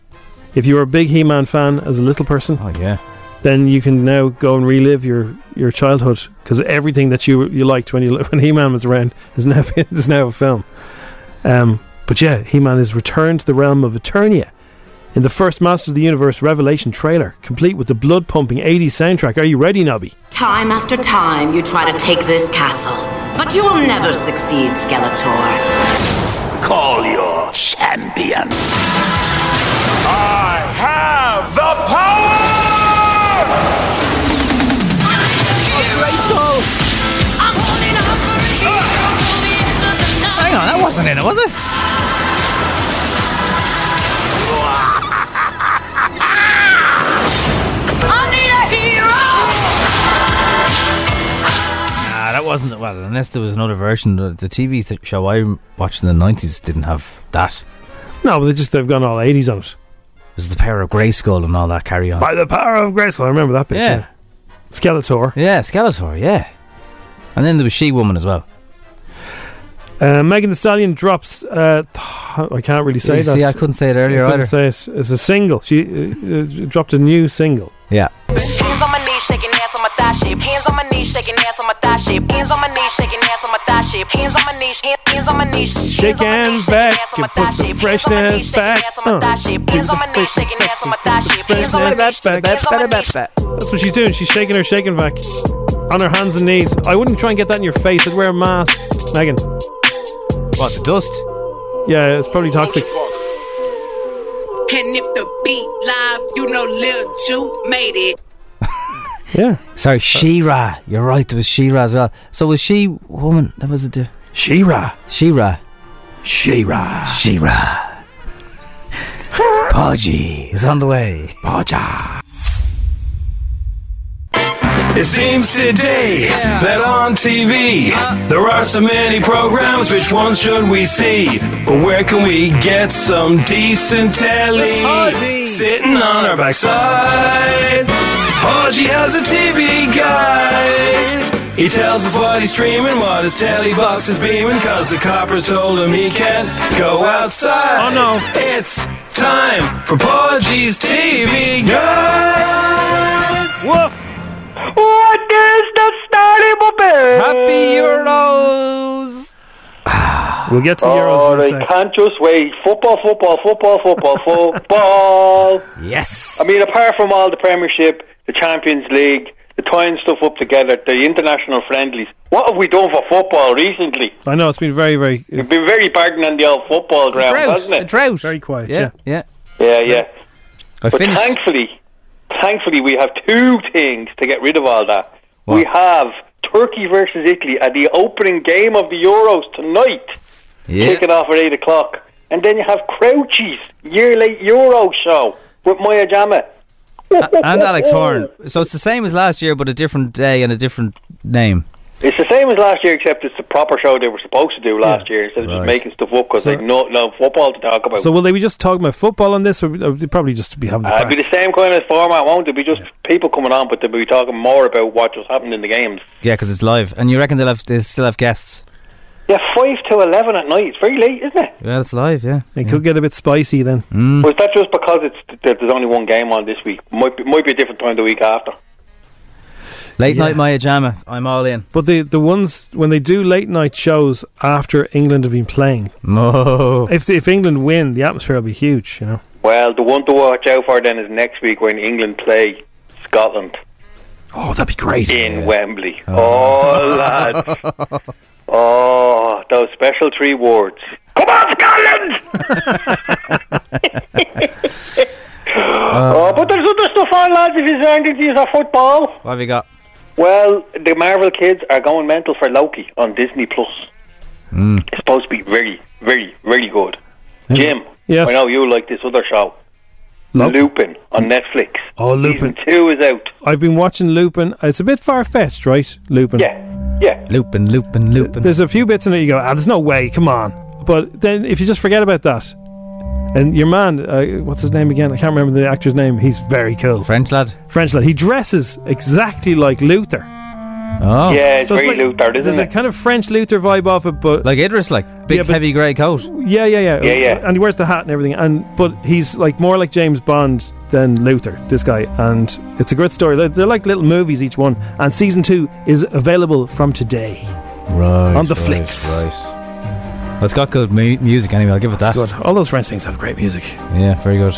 Speaker 2: If you were a big He Man fan as a little person,
Speaker 4: Oh, yeah.
Speaker 2: then you can now go and relive your, your childhood because everything that you you liked when you when He Man was around is now is now a film. Um, but yeah, He Man is returned to the realm of Eternia in the first Masters of the Universe Revelation trailer, complete with the blood pumping 80s soundtrack. Are you ready, Nobby?
Speaker 7: Time after time, you try to take this castle, but you will never succeed, Skeletor.
Speaker 1: Call your champion. I have the power!
Speaker 4: Hang on, that wasn't in it, was it? Nah, Ah, that wasn't. Well, unless there was another version. The the TV th- show I watched in the 90s didn't have that.
Speaker 2: No, but they just they've gone all 80s on it.
Speaker 4: It was the power of Grayskull and all that carry on.
Speaker 2: By the power of Grace, I remember that bit.
Speaker 4: Yeah.
Speaker 2: yeah. Skeletor.
Speaker 4: Yeah, Skeletor, yeah. And then there was She Woman as well.
Speaker 2: Uh, Megan the Stallion drops. Uh, th- I can't really say
Speaker 4: You
Speaker 2: that.
Speaker 4: See, I couldn't say it
Speaker 2: I
Speaker 4: earlier
Speaker 2: couldn't
Speaker 4: either.
Speaker 2: say it. It's a single. She uh, uh, dropped a new single.
Speaker 4: Yeah.
Speaker 8: Hands on my knees, shaking ass on my thigh shape. Hands on my knees, shaking ass on my thigh shape. Hands on my knees, shaking ass on my thigh shape. Hands on my knees, hand- hands on my knees.
Speaker 2: Shake hands back and put the freshness back. Uh, give
Speaker 8: Hands on my
Speaker 2: the
Speaker 8: knees, shaking ass on my thigh shape. Hands on my
Speaker 2: freshness
Speaker 8: knees,
Speaker 2: back.
Speaker 8: hands on my knees.
Speaker 2: That's what she's doing. She's shaking her shaking back on her hands and knees. I wouldn't try and get that in your face. I'd wear a mask, Megan.
Speaker 4: What, the dust?
Speaker 2: Yeah, it's probably toxic.
Speaker 9: And if the beat live, you know Lil Ju made it.
Speaker 2: Yeah.
Speaker 4: Sorry, She-Ra. You're right, there was She-Ra as well. So was She Woman. That was it. the-
Speaker 2: She-Ra.
Speaker 4: She-Ra.
Speaker 2: She-Ra.
Speaker 4: She-Ra. Podgy is on the way. Podja.
Speaker 10: It seems today that on TV there are so many programs. Which ones should we see? But where can we get some decent telly? Sitting on our backside, Podgy has a TV guide. He tells us what he's streaming, what his telly box is beaming, cause the coppers told him he can't go outside. Oh no. It's time for Podgy's TV guide.
Speaker 2: Woof!
Speaker 10: What is the starting bit?
Speaker 4: Happy Euros!
Speaker 2: We'll get to the
Speaker 11: Oh,
Speaker 2: Euros in a
Speaker 11: they
Speaker 2: sec.
Speaker 11: can't just wait. Football, football, football, football, football.
Speaker 4: Yes.
Speaker 11: I mean, apart from all the Premiership, the Champions League, the tying stuff up together, the international friendlies, what have we done for football recently?
Speaker 2: I know it's been very, very.
Speaker 11: We've been very barren on the old football ground, hasn't it?
Speaker 4: drought.
Speaker 2: Very quiet.
Speaker 4: Yeah, yeah.
Speaker 11: Yeah, yeah.
Speaker 4: I
Speaker 11: but
Speaker 4: finished.
Speaker 11: thankfully, thankfully, we have two things to get rid of all that. We have Turkey versus Italy at the opening game of the Euros tonight.
Speaker 4: Yeah.
Speaker 11: Kick it off at 8 o'clock. And then you have Crouchie's year late Euro show with Maya Jama.
Speaker 4: and Alex Horn. So it's the same as last year, but a different day and a different name.
Speaker 11: It's the same as last year, except it's the proper show they were supposed to do last year instead of
Speaker 4: Right.
Speaker 11: just making stuff up because
Speaker 2: So-
Speaker 11: they no no football to talk about.
Speaker 2: So will they be just talking about football on this, or or they'll probably just be having the
Speaker 11: Uh, it'll be
Speaker 2: crack?
Speaker 11: the same kind of format, won't it? It'll be just people coming on, but they'll be talking more about what just happened in the games.
Speaker 4: Yeah, because it's live, and you reckon they'll have they still have guests.
Speaker 11: Yeah, five to eleven at night. It's very late, isn't it?
Speaker 4: Yeah, it's live, yeah.
Speaker 2: It could get a bit spicy then.
Speaker 11: Or is that just because it's there- there's only one game on this week? Might be, might be a different time the week after.
Speaker 4: Late night Maya Jama. I'm all in.
Speaker 2: But the, the ones when they do late night shows after England have been playing, if if England win, the atmosphere will be huge. You know,
Speaker 11: Well, the one to watch out for then is next week when England play Scotland.
Speaker 2: Oh, that'd be great.
Speaker 11: In Wembley. Oh, lads. Oh, those special three words. Come on, Scotland!
Speaker 2: Uh.
Speaker 11: oh, but there's other stuff on, lads, if you're into these are football.
Speaker 4: What have you got?
Speaker 11: Well, the Marvel kids are going mental for Loki on Disney Plus.
Speaker 2: Hmm.
Speaker 4: Mm.
Speaker 11: It's supposed to be very, very, very good. Jim,
Speaker 2: Yes.
Speaker 11: I know you like this other show,
Speaker 2: Nope.
Speaker 11: Lupin on Netflix.
Speaker 2: Oh, Lupin.
Speaker 11: Two is out.
Speaker 2: I've been watching Lupin. It's a bit far fetched, right? Lupin.
Speaker 11: Yeah, yeah.
Speaker 4: Lupin, Lupin, Lupin.
Speaker 2: There's a few bits in it you go, ah, there's no way, come on. But then if you just forget about that, and your man, uh, what's his name again? I can't remember the actor's name. He's very cool.
Speaker 4: French lad.
Speaker 2: French lad. He dresses exactly like Luther.
Speaker 4: Oh.
Speaker 11: Yeah, it's very Luther, isn't
Speaker 2: there's
Speaker 11: it?
Speaker 2: a kind of French Luther vibe off it, but
Speaker 4: like Idris, like big heavy grey coat.
Speaker 2: Yeah, yeah, yeah,
Speaker 4: Yeah, yeah.
Speaker 2: And he wears the hat and everything. And but he's like more like James Bond than Luther, this guy. And it's a good story. They're- They're like little movies each one. And season two is available from today.
Speaker 4: Right.
Speaker 2: On the
Speaker 4: right,
Speaker 2: flicks.
Speaker 4: Right. Well, it's got good mu- music anyway, I'll give it that.
Speaker 2: That's good. All those French things have great music.
Speaker 4: Yeah, very good.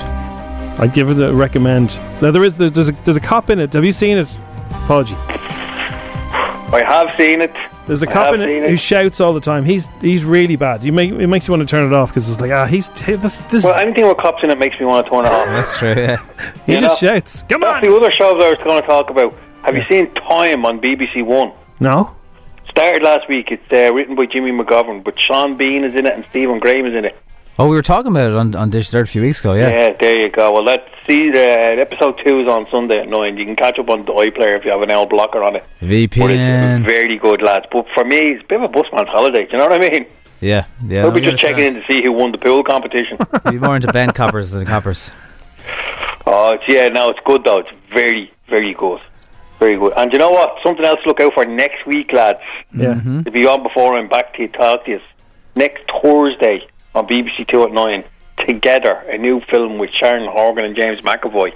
Speaker 2: I'd give it a recommend. Now there is there's a, there's a cop in it. Have you seen it, Podgy?
Speaker 11: I have seen it.
Speaker 2: There's a
Speaker 11: I
Speaker 2: cop
Speaker 11: have
Speaker 2: in
Speaker 11: seen
Speaker 2: it who shouts all the time. He's he's really bad. You make it makes you want to turn it off because it's like ah he's t- this this.
Speaker 11: Well, anything with cops in it makes me want to turn it off.
Speaker 4: That's true. Yeah.
Speaker 2: He just shouts. Come
Speaker 11: That's the other shows I was going to talk about. Have you seen Time on BBC One?
Speaker 2: No.
Speaker 11: Started last week. It's uh, written by Jimmy McGovern, but Sean Bean is in it and Stephen Graham is in it.
Speaker 4: Oh, we were talking about it on, on Dish Dirt a few weeks ago, yeah.
Speaker 11: there you go. Well, let's see. Uh, episode two is on Sunday at nine. You can catch up on the iPlayer if you have an L blocker on it.
Speaker 4: VPN.
Speaker 11: Very good, lads. But for me, it's a bit of a busman's holiday. Do you know what I mean?
Speaker 4: Yeah, yeah.
Speaker 11: we'll be just checking in to see who won the pool competition.
Speaker 4: Be more into band coppers than coppers.
Speaker 11: oh, it's, yeah. No, it's good though. It's very, very good. Very good. And you know what? Something else to look out for next week, lads.
Speaker 2: Yeah.
Speaker 4: Mm-hmm.
Speaker 11: To be on before I'm back to you, talk to you. Next Thursday on BBC Two at nine. Together, a new film with Sharon Horgan and James McAvoy.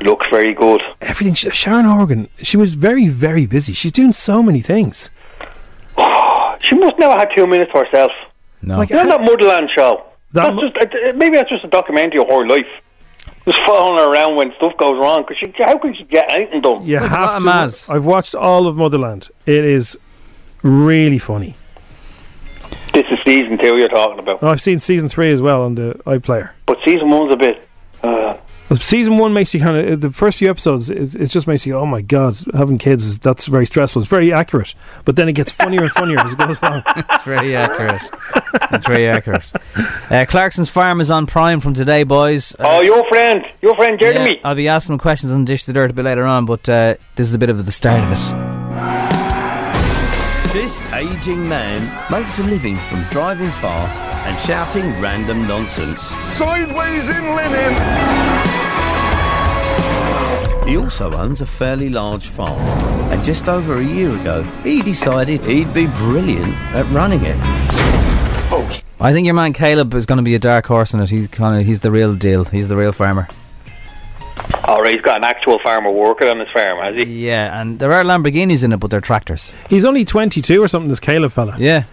Speaker 11: Looks very good.
Speaker 2: Everything. Sh- Sharon Horgan. She was very very busy. She's doing so many things.
Speaker 11: She must never had two minutes for herself.
Speaker 4: No.
Speaker 2: Like,
Speaker 11: You know that Motherland show?
Speaker 2: That
Speaker 11: that's just, uh, uh, maybe that's just a documentary of her life. Just following her around when stuff goes wrong. Cause she, how can she get anything done?
Speaker 2: You have to.
Speaker 4: Maz.
Speaker 2: I've watched all of Motherland. It is really funny. Oh,
Speaker 11: This is season two you're talking about.
Speaker 2: I've seen season three as well on the iPlayer.
Speaker 11: But season one's a bit. Uh,
Speaker 2: Season one makes you kind of the first few episodes. It, it just makes you go, oh my god, having kids is that's very stressful. It's very accurate, but then it gets funnier and funnier as it goes along.
Speaker 4: That's very accurate. That's very accurate. Uh, Clarkson's Farm is on Prime from today, boys. Uh,
Speaker 11: oh, your friend, your friend Jeremy.
Speaker 4: yeah, I'll be asking him questions on Dish the Dirt a bit later on, but uh, this is a bit of the start of it.
Speaker 12: This aging man makes a living from driving fast and shouting random nonsense.
Speaker 13: Sideways in linen.
Speaker 12: He also owns a fairly large farm, and just over a year ago, he decided he'd be brilliant at running it.
Speaker 4: I think your man Caleb is going to be a dark horse in it. He's kind of he's the real deal. He's the real farmer.
Speaker 11: All Oh, right, he's got an actual farmer working on his farm, has he?
Speaker 4: Yeah, and there are Lamborghinis in it, but they're tractors.
Speaker 2: He's only twenty two or something. This Caleb fella.
Speaker 4: Yeah,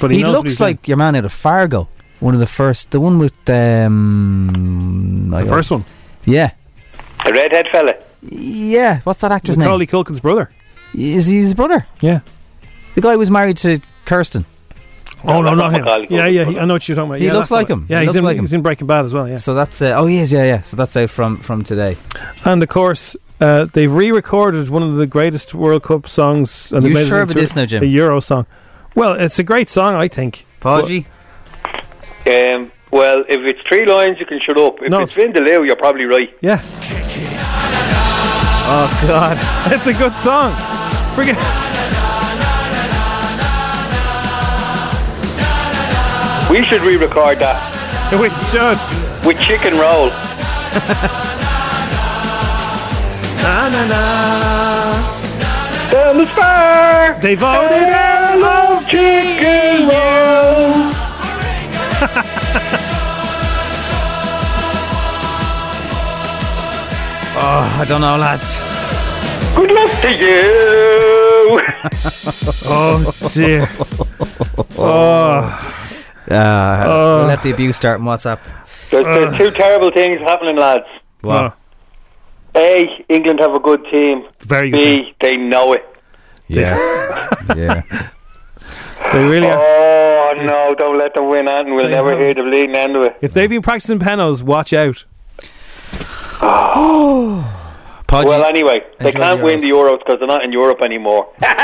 Speaker 2: But he
Speaker 4: he,
Speaker 2: knows what he's
Speaker 4: looks like your man out of Fargo. One of the first, the one with um,
Speaker 2: The first one.
Speaker 4: Yeah,
Speaker 11: The redhead fella.
Speaker 4: yeah. What's that actor's name?
Speaker 2: Macaulay Culkin's brother.
Speaker 4: Is he his brother?
Speaker 2: Yeah.
Speaker 4: The guy who was married to Kirsten.
Speaker 2: Oh
Speaker 11: that's
Speaker 2: no, not
Speaker 11: not
Speaker 2: him.
Speaker 11: Macaulay
Speaker 2: Yeah,
Speaker 11: Culkin's
Speaker 2: yeah.
Speaker 11: brother.
Speaker 2: He, I know what you're talking about.
Speaker 4: He
Speaker 2: yeah,
Speaker 4: looks
Speaker 2: that's the
Speaker 4: like
Speaker 2: one.
Speaker 4: him.
Speaker 2: Yeah,
Speaker 4: He
Speaker 2: he's
Speaker 4: looks
Speaker 2: in,
Speaker 4: like him.
Speaker 2: he's in Breaking Bad as well. Yeah.
Speaker 4: So that's uh, oh he is yeah yeah. So that's out from from today.
Speaker 2: And of course, uh, they've re-recorded one of the greatest World Cup songs. And they
Speaker 4: You
Speaker 2: made it
Speaker 4: sure
Speaker 2: into
Speaker 4: about this now, Jim?
Speaker 2: A Euro song. Well, it's a great song, I think.
Speaker 4: Podgy,
Speaker 11: Um, well, if it's three lines, you can shut up. If
Speaker 2: No,
Speaker 11: it's Vindaloo, you're probably right.
Speaker 2: Yeah. Oh God, it's a good song. Forget.
Speaker 11: We should re-record that
Speaker 2: We should.
Speaker 11: with chicken roll.
Speaker 2: Na na na.
Speaker 11: Down the spur.
Speaker 2: They voted.
Speaker 11: I love chicken
Speaker 13: Chicken roll.
Speaker 4: Oh, I don't know, lads.
Speaker 13: Good luck to you.
Speaker 2: oh dear.
Speaker 4: Oh.
Speaker 2: Uh,
Speaker 4: let the abuse start on WhatsApp.
Speaker 11: There's,
Speaker 2: Uh.
Speaker 11: there's two terrible things happening, lads.
Speaker 4: Wow.
Speaker 11: A, England have a good team.
Speaker 2: Very
Speaker 11: B,
Speaker 2: good team.
Speaker 11: they know it.
Speaker 4: Yeah. yeah.
Speaker 2: They really are.
Speaker 11: Oh no! Don't let them win, and we'll never hear the bleeding end of it.
Speaker 14: Oh.
Speaker 2: If they've been practicing penos, watch out.
Speaker 4: Podgy.
Speaker 11: Well, anyway, they
Speaker 4: Enjoy
Speaker 11: can't win the Euros because they're not in Europe anymore. Take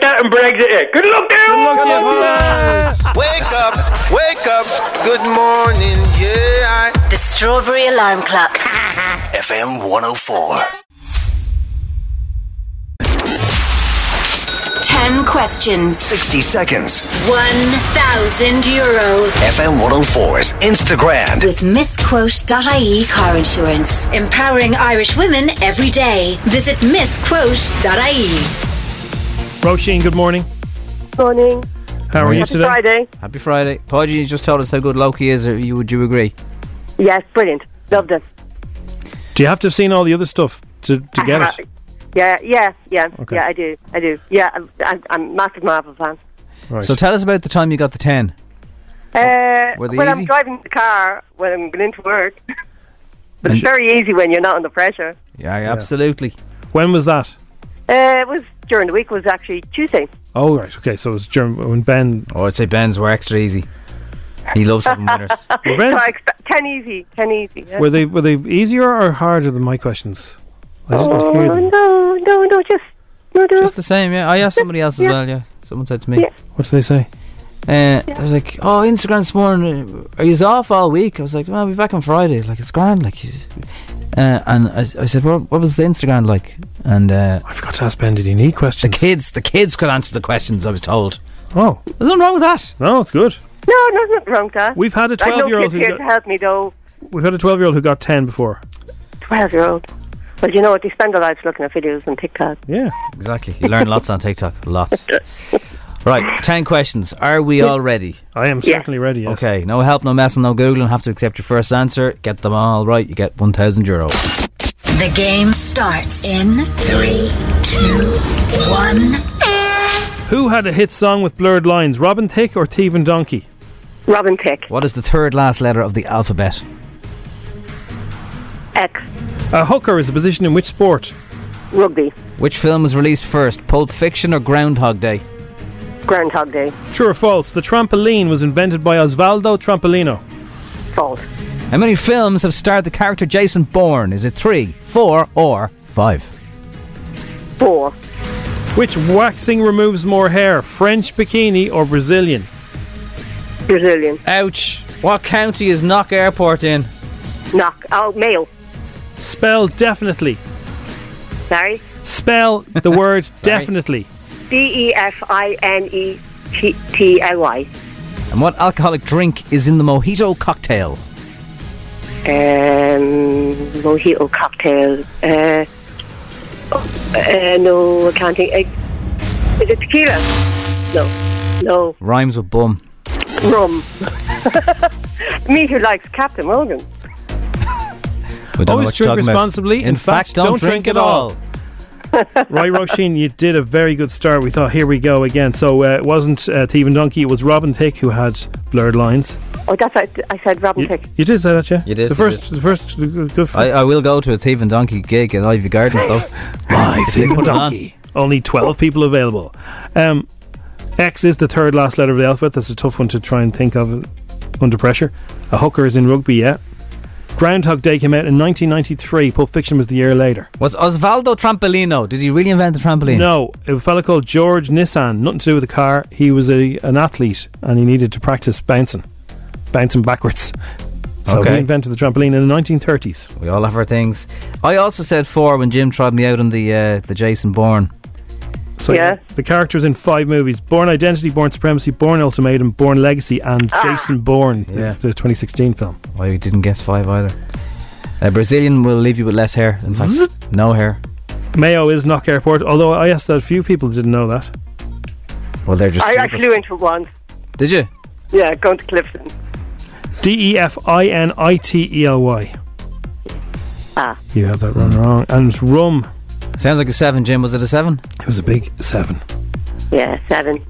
Speaker 11: that and Brexit it. Good luck, there.
Speaker 15: Wake up, wake up, good morning, yeah.
Speaker 7: The Strawberry Alarm Clock.
Speaker 1: FM 104.
Speaker 7: 10 questions.
Speaker 1: 60 seconds.
Speaker 7: 1,000 euro.
Speaker 1: FM 104's Instagram.
Speaker 7: With misquote.ie E car insurance. Empowering Irish women every day. Visit misquote.ie.
Speaker 2: Roisin, good morning.
Speaker 14: Morning.
Speaker 2: How are you today?
Speaker 14: Friday.
Speaker 4: Happy Friday. Podgy, you just told us how good Loki is. Are you Would you agree?
Speaker 14: Yes, brilliant. Loved it.
Speaker 2: Do you have to have seen all the other stuff to, to get it?
Speaker 14: Yeah, yeah, yeah,
Speaker 2: Okay.
Speaker 14: yeah. I do, I do. Yeah, I'm, I'm, I'm a massive Marvel fan.
Speaker 2: Right.
Speaker 4: So tell us about the time you got the 10.
Speaker 14: Uh,
Speaker 4: Were they
Speaker 14: when I'm
Speaker 4: easy?
Speaker 14: driving the car, when I'm going into work, but
Speaker 4: And-
Speaker 14: it's very easy when you're not under pressure.
Speaker 4: Yeah, absolutely.
Speaker 2: When was that?
Speaker 14: Uh, it was during the week. It was actually Tuesday.
Speaker 2: Oh, right. Okay, so it was during, when Ben.
Speaker 4: Oh, I'd say Ben's were extra easy. He loves having winners.
Speaker 2: Were,
Speaker 14: So
Speaker 2: Ben's,
Speaker 14: I expect ten easy, ten easy. yeah.
Speaker 2: were they were they easier or harder than my questions? I didn't
Speaker 14: Oh
Speaker 2: hear them.
Speaker 14: no, no, no, just no, no.
Speaker 4: Just the same, yeah. I asked somebody else as
Speaker 14: Yeah.
Speaker 4: well, yeah. Someone said to me.
Speaker 14: Yeah.
Speaker 2: What did they say?
Speaker 4: Uh, I was like, "Oh, Instagram this morning. uh, Are you off all week?" I was like, "Well, I'll be back on Friday. Like it's grand. Like, you- uh, and I, s- I said, what, "What was the Instagram like?" And uh,
Speaker 2: I forgot to ask Ben. Did he
Speaker 4: the
Speaker 2: need questions?
Speaker 4: kids, the kids could answer the questions. I was told.
Speaker 2: oh,
Speaker 4: There's nothing wrong with that.
Speaker 2: no, it's good.
Speaker 14: no, no, nothing wrong with that.
Speaker 2: We've had a
Speaker 14: I've no
Speaker 2: twelve-year-old
Speaker 14: kids
Speaker 2: who
Speaker 14: here to
Speaker 2: got,
Speaker 14: help me though.
Speaker 2: we've had a twelve-year-old who got ten before.
Speaker 14: Twelve-year-old. Well, you know what? They spend their lives looking at videos and TikTok.
Speaker 2: Yeah.
Speaker 4: Exactly. You learn lots on TikTok. Lots. Right. Ten questions. Are we all ready?
Speaker 2: I am
Speaker 14: Yeah.
Speaker 2: certainly ready. Yes.
Speaker 4: Okay. No help, no messing, no googling. Have to accept your first answer. Get them all right. You get one thousand euro.
Speaker 7: The game starts in three, two, one.
Speaker 2: Who had a hit song with blurred lines? Robin Thicke or Thieving Donkey?
Speaker 14: Robin Tick,
Speaker 4: What is the third last letter of the alphabet?
Speaker 14: X,
Speaker 2: A hooker is a position in which sport?
Speaker 14: rugby,
Speaker 4: Which film was released first, Pulp Fiction or Groundhog Day?
Speaker 14: Groundhog Day,
Speaker 2: True or false? The trampoline was invented by Osvaldo Trampolino.
Speaker 14: false.
Speaker 4: How many films have starred the character Jason Bourne? Is it three, four, or five?
Speaker 14: Four.
Speaker 2: Which waxing removes more hair? French bikini or Brazilian?
Speaker 14: Brazilian.
Speaker 4: Ouch! What county is Knock Airport in?
Speaker 14: Knock. Oh, male.
Speaker 2: Spell definitely.
Speaker 14: Sorry.
Speaker 2: Spell the word definitely.
Speaker 14: D E F I N E T T L Y.
Speaker 4: And what alcoholic drink is in the mojito cocktail?
Speaker 14: Um, mojito cocktail. Uh, oh, uh, no, I can't think. Uh, is it tequila? No.
Speaker 4: Rhymes with bum.
Speaker 14: No. Rum. Me who likes Captain Morgan.
Speaker 4: We don't know
Speaker 2: Always
Speaker 4: what you're
Speaker 2: drink
Speaker 4: talking about.
Speaker 2: responsibly. In fact, don't drink at all. Roy Roisin, you did a very good start. We thought, here we go again. So uh, it wasn't uh, Thieving Donkey, it was Robin Thicke who had blurred lines.
Speaker 14: Oh, that's what I said Robin
Speaker 2: You,
Speaker 14: Thicke.
Speaker 2: you did say that, yeah?
Speaker 4: You did,
Speaker 2: The
Speaker 4: you
Speaker 2: first, the first, good for
Speaker 4: I, uh, I will go to a thieving donkey gig at Ivy Gardens though.
Speaker 2: Live
Speaker 4: They
Speaker 2: Thieving
Speaker 4: put it on.
Speaker 2: Donkey. Only 12 people available. Um, X is the third last letter of the alphabet. That's a tough one to try and think of under pressure. A hooker is in rugby, yeah. Groundhog Day came out in 1993. Pulp Fiction was the year later.
Speaker 4: Was Osvaldo Trampolino? Did he really invent the trampoline?
Speaker 2: No, a fellow called George Nissan, nothing to do with the car. He was a, an athlete and he needed to practice bouncing, bouncing backwards. So
Speaker 4: Okay.
Speaker 2: he invented the trampoline in the 1930s.
Speaker 4: We all have our things. I also said four when Jim tried me out on the uh, the Jason Bourne.
Speaker 2: So
Speaker 14: Yeah.
Speaker 2: the characters in five movies: Born Identity, Born Supremacy, Born Ultimatum, Born Legacy, and Jason Bourne, the,
Speaker 4: Yeah.
Speaker 2: the 2016 film.
Speaker 4: Why we didn't guess five either. A Brazilian will leave you with less hair. In fact, no hair.
Speaker 2: Mayo is Knock Airport, although I asked that a few people didn't know that.
Speaker 4: Well, they're just.
Speaker 14: I
Speaker 4: cheaper.
Speaker 14: actually went for one.
Speaker 4: Did you?
Speaker 14: Yeah, going to Clifton.
Speaker 2: D E F I N I T E L Y.
Speaker 14: Ah.
Speaker 2: You have that run wrong. And it's rum.
Speaker 4: Sounds like a seven, Jim. Was it a seven?
Speaker 2: It was a big seven.
Speaker 14: Yeah, seven.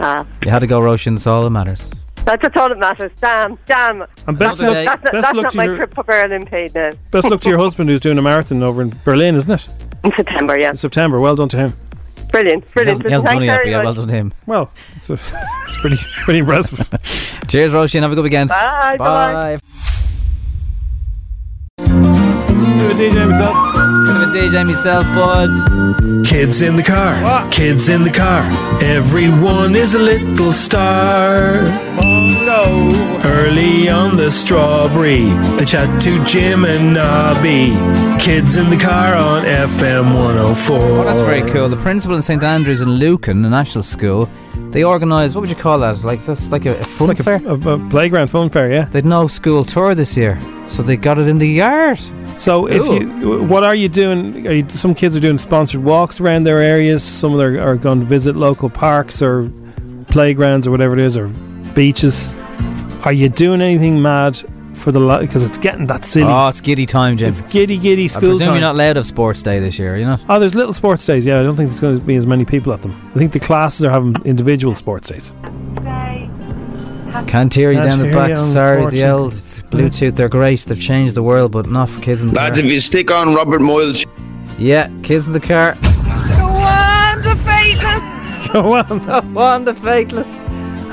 Speaker 14: Ah.
Speaker 4: You had to go, Roshan. That's all that matters.
Speaker 14: That's, that's all that matters. Damn, damn.
Speaker 2: And best
Speaker 14: that's,
Speaker 2: luck-
Speaker 14: that's not,
Speaker 2: best
Speaker 14: that's
Speaker 2: luck
Speaker 14: not
Speaker 2: to
Speaker 14: my
Speaker 2: your-
Speaker 14: trip up Ireland paid now.
Speaker 2: Best luck to your husband who's doing a marathon over in Berlin, isn't it?
Speaker 14: In September, yeah.
Speaker 2: In September. Well done to him.
Speaker 14: Brilliant, brilliant.
Speaker 4: He hasn't done
Speaker 14: Thanks
Speaker 4: it yet, but
Speaker 14: very
Speaker 4: yeah, well
Speaker 14: much.
Speaker 4: done to him.
Speaker 2: Well, it's, a, it's pretty, pretty impressive.
Speaker 4: Cheers, Roshan. Have a good weekend.
Speaker 14: Bye, bye-bye.
Speaker 2: Do a DJ myself.
Speaker 4: Have a DJ myself, bud.
Speaker 16: Kids in the car, kids in the car. Everyone is a little star. Oh no! Early on the strawberry, they chat to Jim and Nobby. Kids in the car on FM 104.
Speaker 4: Oh, that's very cool. The principal in St Andrews in Lucan, a national school, they organised what would you call that? Like that's like a, a fun
Speaker 2: like a-
Speaker 4: fair.
Speaker 2: A, a playground fun fair, yeah.
Speaker 4: They'd no school tour this year, so they got it in the yard.
Speaker 2: So, if you, what are you doing? Are you, some kids are doing sponsored walks around their areas. Some of them are, are going to visit local parks or playgrounds or whatever it is, or beaches. Are you doing anything mad for the because it's getting that silly?
Speaker 4: Oh, it's giddy time, Jim.
Speaker 2: it's giddy giddy
Speaker 4: I
Speaker 2: school
Speaker 4: presume
Speaker 2: time.
Speaker 4: you're not allowed of sports day this year. You're not.
Speaker 2: oh, there's little sports days. Yeah, I don't think there's going to be as many people at them. I think the classes are having individual sports days.
Speaker 4: Can't hear you
Speaker 2: Can't
Speaker 4: down the
Speaker 2: hear
Speaker 4: back.
Speaker 2: you,
Speaker 4: Sorry, the
Speaker 2: unfortunately.
Speaker 4: old Bluetooth. They're great. They've changed the world, but not for kids in the
Speaker 17: Lads, if
Speaker 4: car.
Speaker 17: you stick on Robert Moyle's
Speaker 4: Yeah, kids in the car.
Speaker 18: Go on, the faithless.
Speaker 2: Go on.
Speaker 4: Go on, the faithless.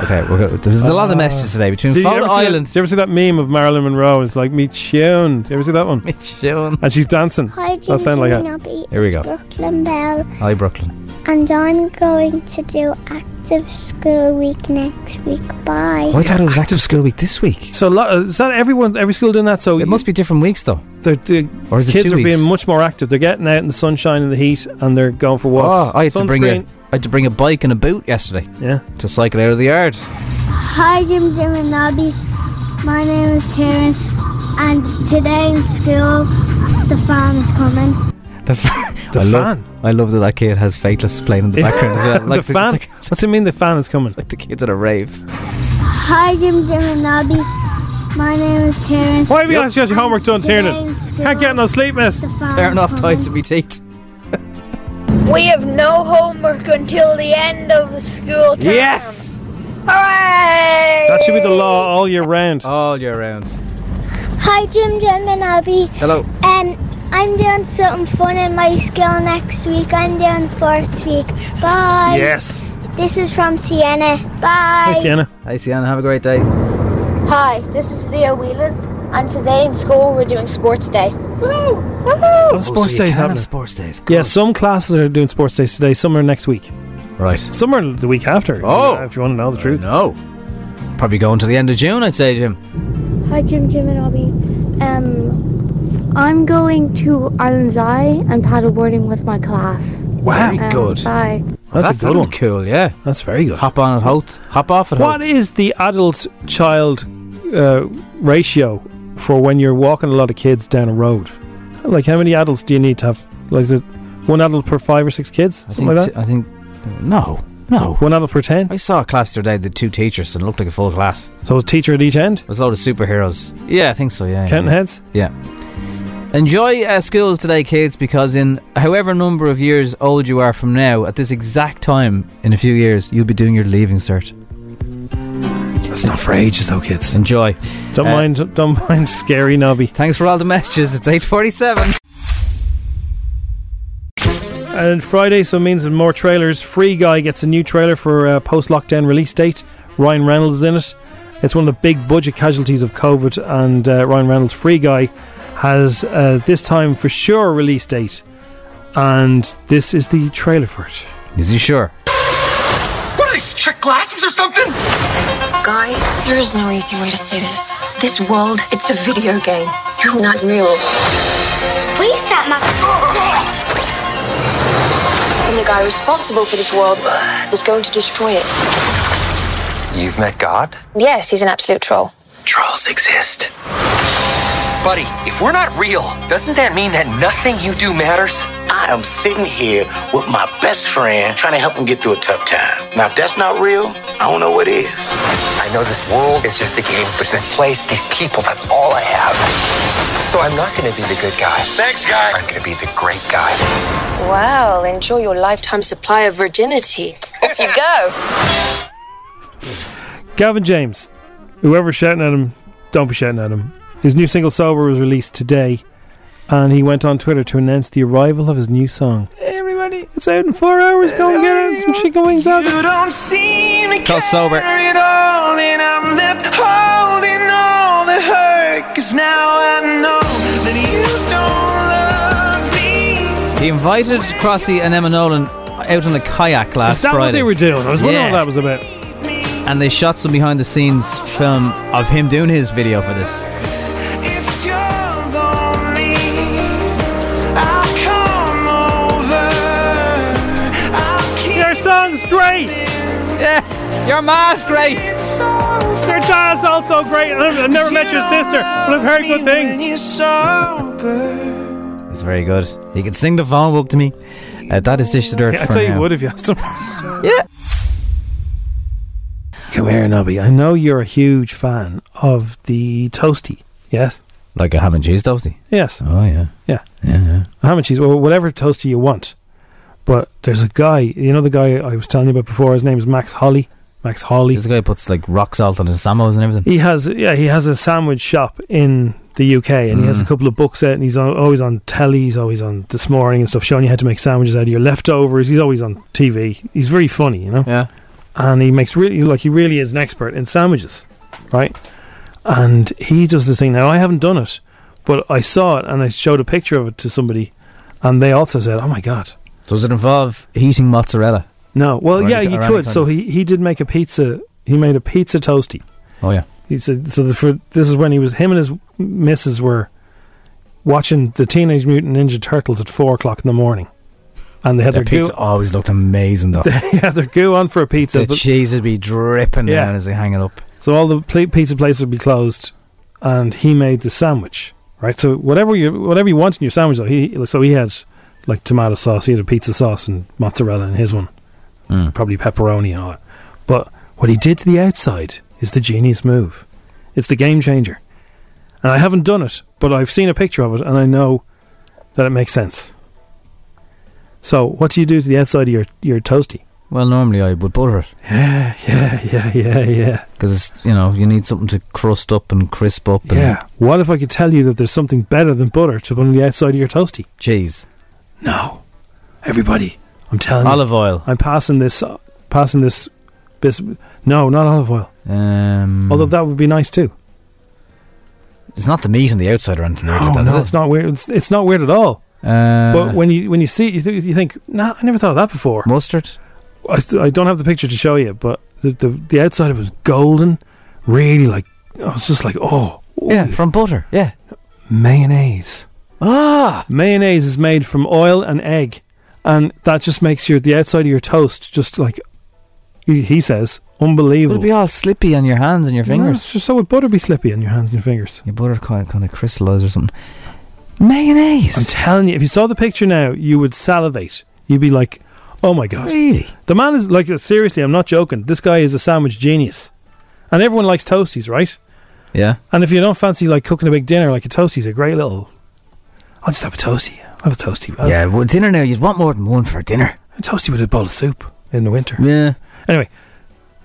Speaker 4: Okay, we're go- there's a lot of messages today between
Speaker 2: Did Ah. you
Speaker 4: Fall
Speaker 2: ever see that-
Speaker 4: Island.
Speaker 2: Did you ever see that meme of Marilyn Monroe? It's like me tuned. You ever see that one? Me
Speaker 4: tuned.
Speaker 2: And she's dancing.
Speaker 19: Hi, Jim.
Speaker 2: that sound like
Speaker 19: Jimmy
Speaker 2: that.
Speaker 19: Nobby.
Speaker 4: Here we
Speaker 19: It's
Speaker 4: go.
Speaker 19: Brooklyn Bell,
Speaker 4: Hi, Brooklyn.
Speaker 19: and I'm going to do active school week next week. Bye.
Speaker 4: Oh, I thought it was active school week this week.
Speaker 2: So a lot of, is that everyone? Every school doing that? So
Speaker 4: It must be different weeks though.
Speaker 2: They're, the
Speaker 4: Or is it
Speaker 2: kids
Speaker 4: two
Speaker 2: are
Speaker 4: weeks?
Speaker 2: being much more active. They're getting out in the sunshine and the heat, and they're going for
Speaker 4: Oh,
Speaker 2: walks.
Speaker 4: I had to bring a, I
Speaker 2: Sunscreen.
Speaker 4: had to bring a bike and a boot yesterday.
Speaker 2: Yeah.
Speaker 4: To cycle out of the yard.
Speaker 19: Hi, Jim, Jim, and Nobby. My name is Taryn, and today in school, the fan is coming.
Speaker 4: The, fa-
Speaker 2: The
Speaker 4: I
Speaker 2: fan.
Speaker 4: Love, I love that that kid has Faithless playing in the background as well.
Speaker 2: the fan.
Speaker 4: It's like,
Speaker 2: What's it mean? The fan is coming.
Speaker 4: like the kids at a rave.
Speaker 19: Hi, Jim, Jim, and Nobby. My name is Taryn.
Speaker 2: Why have you got your homework done,
Speaker 19: Today
Speaker 2: Tiernan?
Speaker 19: in school,
Speaker 2: Can't get no sleep, miss.
Speaker 19: the fan
Speaker 4: Tearing
Speaker 19: is
Speaker 4: off
Speaker 19: coming.
Speaker 4: tights to be teeth.
Speaker 20: We have no homework until the end of the school term.
Speaker 4: Yes.
Speaker 20: Hooray!
Speaker 2: That should be the law all year round.
Speaker 4: All year round.
Speaker 19: Hi, Jim, Jim, and Nobby.
Speaker 4: Hello.
Speaker 19: Um, I'm doing something fun in my school next week. I'm doing sports week. Bye.
Speaker 2: Yes.
Speaker 19: This is from Sienna. Bye.
Speaker 2: Hi, Sienna.
Speaker 4: Hey, Sienna, have a great day.
Speaker 21: Hi, this is Theo Whelan, and today in school we're doing sports day.
Speaker 4: Oh,
Speaker 2: Lot of sports days happening.
Speaker 4: sports days.
Speaker 2: Yeah, some classes are doing sports days today. Some are next week.
Speaker 4: Right.
Speaker 2: Some are the week after. if you-
Speaker 4: Oh.
Speaker 2: if you want to know the truth.
Speaker 4: No. Probably going to the end of June, I'd say, Jim.
Speaker 19: Hi, Jim, Jim, and Robbie. Um, I'm going to Ireland's Eye and paddleboarding with my class. Um,
Speaker 4: Wow. Very good.
Speaker 19: Bye.
Speaker 2: That's, a good
Speaker 4: really
Speaker 2: one.
Speaker 4: Cool, yeah.
Speaker 2: That's very good.
Speaker 4: Hop on at Holt. Hop off at
Speaker 2: What
Speaker 4: Holt.
Speaker 2: is the adult child uh, ratio for when you're walking a lot of kids down a road? Like, how many adults do you need to have? Like, is it one adult per five or six kids?
Speaker 4: I
Speaker 2: Something
Speaker 4: think.
Speaker 2: like that?
Speaker 4: I think. No. No.
Speaker 2: one adult per ten?
Speaker 4: I saw a class the other day. The two teachers and it looked like a full class.
Speaker 2: So, a teacher at each end?
Speaker 4: It was a load of superheroes. Yeah, I think so. Yeah.
Speaker 2: Counting
Speaker 4: yeah.
Speaker 2: heads?
Speaker 4: Yeah. Enjoy uh, school today, kids, because in however number of years old you are from now, at this exact time in a few years, you'll be doing your leaving cert.
Speaker 2: That's not for ages, though, kids.
Speaker 4: Enjoy.
Speaker 2: Don't
Speaker 4: Uh,
Speaker 2: mind, don't mind, scary knobby.
Speaker 4: Thanks for all the messages. It's eight forty-seven.
Speaker 2: And Friday, so it means that more trailers. Free Guy gets a new trailer for uh, post lockdown release date. Ryan Reynolds is in it. It's one of the big budget casualties of COVID, and uh, Ryan Reynolds' Free Guy has uh, this time for sure a release date. And this is the trailer for it.
Speaker 4: Is he sure?
Speaker 22: What are these trick glasses or something?
Speaker 23: Guy, there is no easy way to say this. This world, it's a video game. You're not real.
Speaker 24: Please tap my
Speaker 23: And the guy responsible for this world is going to destroy it.
Speaker 3: You've met God?
Speaker 23: Yes, he's an absolute troll.
Speaker 3: Trolls exist. Buddy, if we're not real, doesn't that mean that nothing you do matters?
Speaker 23: I
Speaker 25: am sitting here with my best friend trying to help him get through a tough time. Now, if that's not real, I don't know what is.
Speaker 26: I know this world is just a game, but this place, these people, that's all I have. So I'm not going to be the good guy.
Speaker 25: Thanks, guy.
Speaker 26: I'm going to be the great guy.
Speaker 27: Well, enjoy your lifetime supply of virginity. Off you go.
Speaker 2: Gavin James, whoever's shouting at him, don't be shouting at him. His new single Sober was released today, and he went on Twitter to announce the arrival of his new song.
Speaker 4: Everybody,
Speaker 2: it's out in four hours. Go and get it. Some chicken wings out.
Speaker 5: You don't seem to
Speaker 4: Called Sober.
Speaker 5: carry it all, and I'm left holding all the hurt. Cause now I know that you don't love me.
Speaker 4: He invited Crossy and Emma Nolan out on a kayak last
Speaker 2: Is that
Speaker 4: Friday.
Speaker 2: what they were doing? I was wondering
Speaker 4: Yeah.
Speaker 2: what that was about.
Speaker 4: and they shot some behind the scenes film of him doing his video for this.
Speaker 5: I'll come over. I'll keep
Speaker 2: Your song's great.
Speaker 4: Yeah, your ma's great.
Speaker 2: Your dad's also great. I've I've never met your sister, but I've heard good
Speaker 5: when
Speaker 2: things.
Speaker 5: you're sober.
Speaker 4: It's very good. He can sing the phone book to me. Uh, that is Dish to Dirt
Speaker 2: Yeah, I'd
Speaker 4: for
Speaker 2: say
Speaker 4: now.
Speaker 2: you would if you asked him.
Speaker 4: yeah.
Speaker 2: Come here, Nobby. I know you're a huge fan of the toasty. Yes.
Speaker 4: Like a ham and cheese toasty.
Speaker 2: Yes.
Speaker 4: Oh, yeah.
Speaker 2: Yeah.
Speaker 4: Yeah, yeah.
Speaker 2: ham and cheese or whatever toasty you want. But there's a guy, you know, the guy I was telling you about before. His name is Max Holly. Max Holly.
Speaker 4: This guy puts like rock salt on his samos and everything.
Speaker 2: He has, yeah, he has a sandwich shop in the UK, and he has a couple of books out, and he's on, always on telly. He's always on this morning and stuff, showing you how to make sandwiches out of your leftovers. He's always on TV. He's very funny, you know.
Speaker 4: Yeah.
Speaker 2: And he makes really like he really is an expert in sandwiches, right? And he does this thing. Now I haven't done it, but I saw it and I showed a picture of it to somebody, and they also said, "Oh my god."
Speaker 4: Does it involve heating mozzarella?
Speaker 2: No. Well,
Speaker 4: Or
Speaker 2: yeah,
Speaker 4: any-
Speaker 2: you
Speaker 4: or any
Speaker 2: could.
Speaker 4: kind
Speaker 2: So
Speaker 4: of-
Speaker 2: he, he did make a pizza. He made a pizza toasty.
Speaker 4: Oh, yeah.
Speaker 2: He said so. The, for this is when he was him and his missus were watching the Teenage Mutant Ninja Turtles at four o'clock in the morning, and they had
Speaker 4: Their
Speaker 2: their,
Speaker 4: pizza
Speaker 2: goo.
Speaker 4: always looked amazing though.
Speaker 2: They had their goo on for a pizza.
Speaker 4: the
Speaker 2: but-
Speaker 4: cheese would be dripping
Speaker 2: Yeah.
Speaker 4: down as they hang it up.
Speaker 2: so all the pl- pizza places would be closed, and he made the sandwich. Right. So whatever you whatever you want in your sandwich, though, he so he had like tomato sauce, he had a pizza sauce and mozzarella in his one, probably pepperoni and all that. But what he did to the outside is the genius move. It's the game changer. And I haven't done it, but I've seen a picture of it, and I know that it makes sense. So, what do you do to the outside of your, your toasty?
Speaker 4: Well, normally I would butter it
Speaker 2: Yeah, yeah, yeah, yeah, yeah.
Speaker 4: because you know you need something to crust up and crisp up. And
Speaker 2: Yeah. What if I could tell you that there's something better than butter to put on the outside of your toasty?
Speaker 4: cheese,
Speaker 2: No. Everybody, I'm telling you.
Speaker 4: olive oil.
Speaker 2: I'm passing this, passing this, this. No, not olive oil.
Speaker 4: Um,
Speaker 2: Although that would be nice too.
Speaker 4: it's not the meat on the outside or anything.
Speaker 2: Oh, No,
Speaker 4: like that,
Speaker 2: no,
Speaker 4: is
Speaker 2: it's not weird. It's, it's not weird at all.
Speaker 4: it? Uh,
Speaker 2: but when you when you see it, you, th- you think, nah, I never thought of that before.
Speaker 4: mustard.
Speaker 2: I, st- I don't have the picture to show you, but the, the the outside of it was golden, really like I was just like, oh, ooh,
Speaker 4: Yeah, from butter. Yeah.
Speaker 2: mayonnaise.
Speaker 4: Ah,
Speaker 2: Mayonnaise is made from oil and egg, and that just makes your the outside of your toast just like he he says,
Speaker 4: it'll
Speaker 2: unbelievable.
Speaker 4: be all slippy on your hands and your
Speaker 2: No,
Speaker 4: fingers.
Speaker 2: it's just so would butter be slippy on your hands and your fingers?
Speaker 4: Your butter kind of, kind of crystallizes or something.
Speaker 2: I'm
Speaker 4: Mayonnaise.
Speaker 2: telling you, if you saw the picture now, you would salivate. You'd be like, oh my god.
Speaker 4: really?
Speaker 2: The man is like seriously, I'm not joking. This guy is a sandwich genius, and everyone likes toasties, right?
Speaker 4: Yeah.
Speaker 2: And if you don't fancy like cooking a big dinner, like a toastie's a great little. I'll just have a toastie. I'll have a toastie. I'll
Speaker 4: Yeah. Well, dinner now. You'd want more than one for dinner.
Speaker 2: have a toastie with a bowl of soup in the winter.
Speaker 4: Yeah.
Speaker 2: Anyway,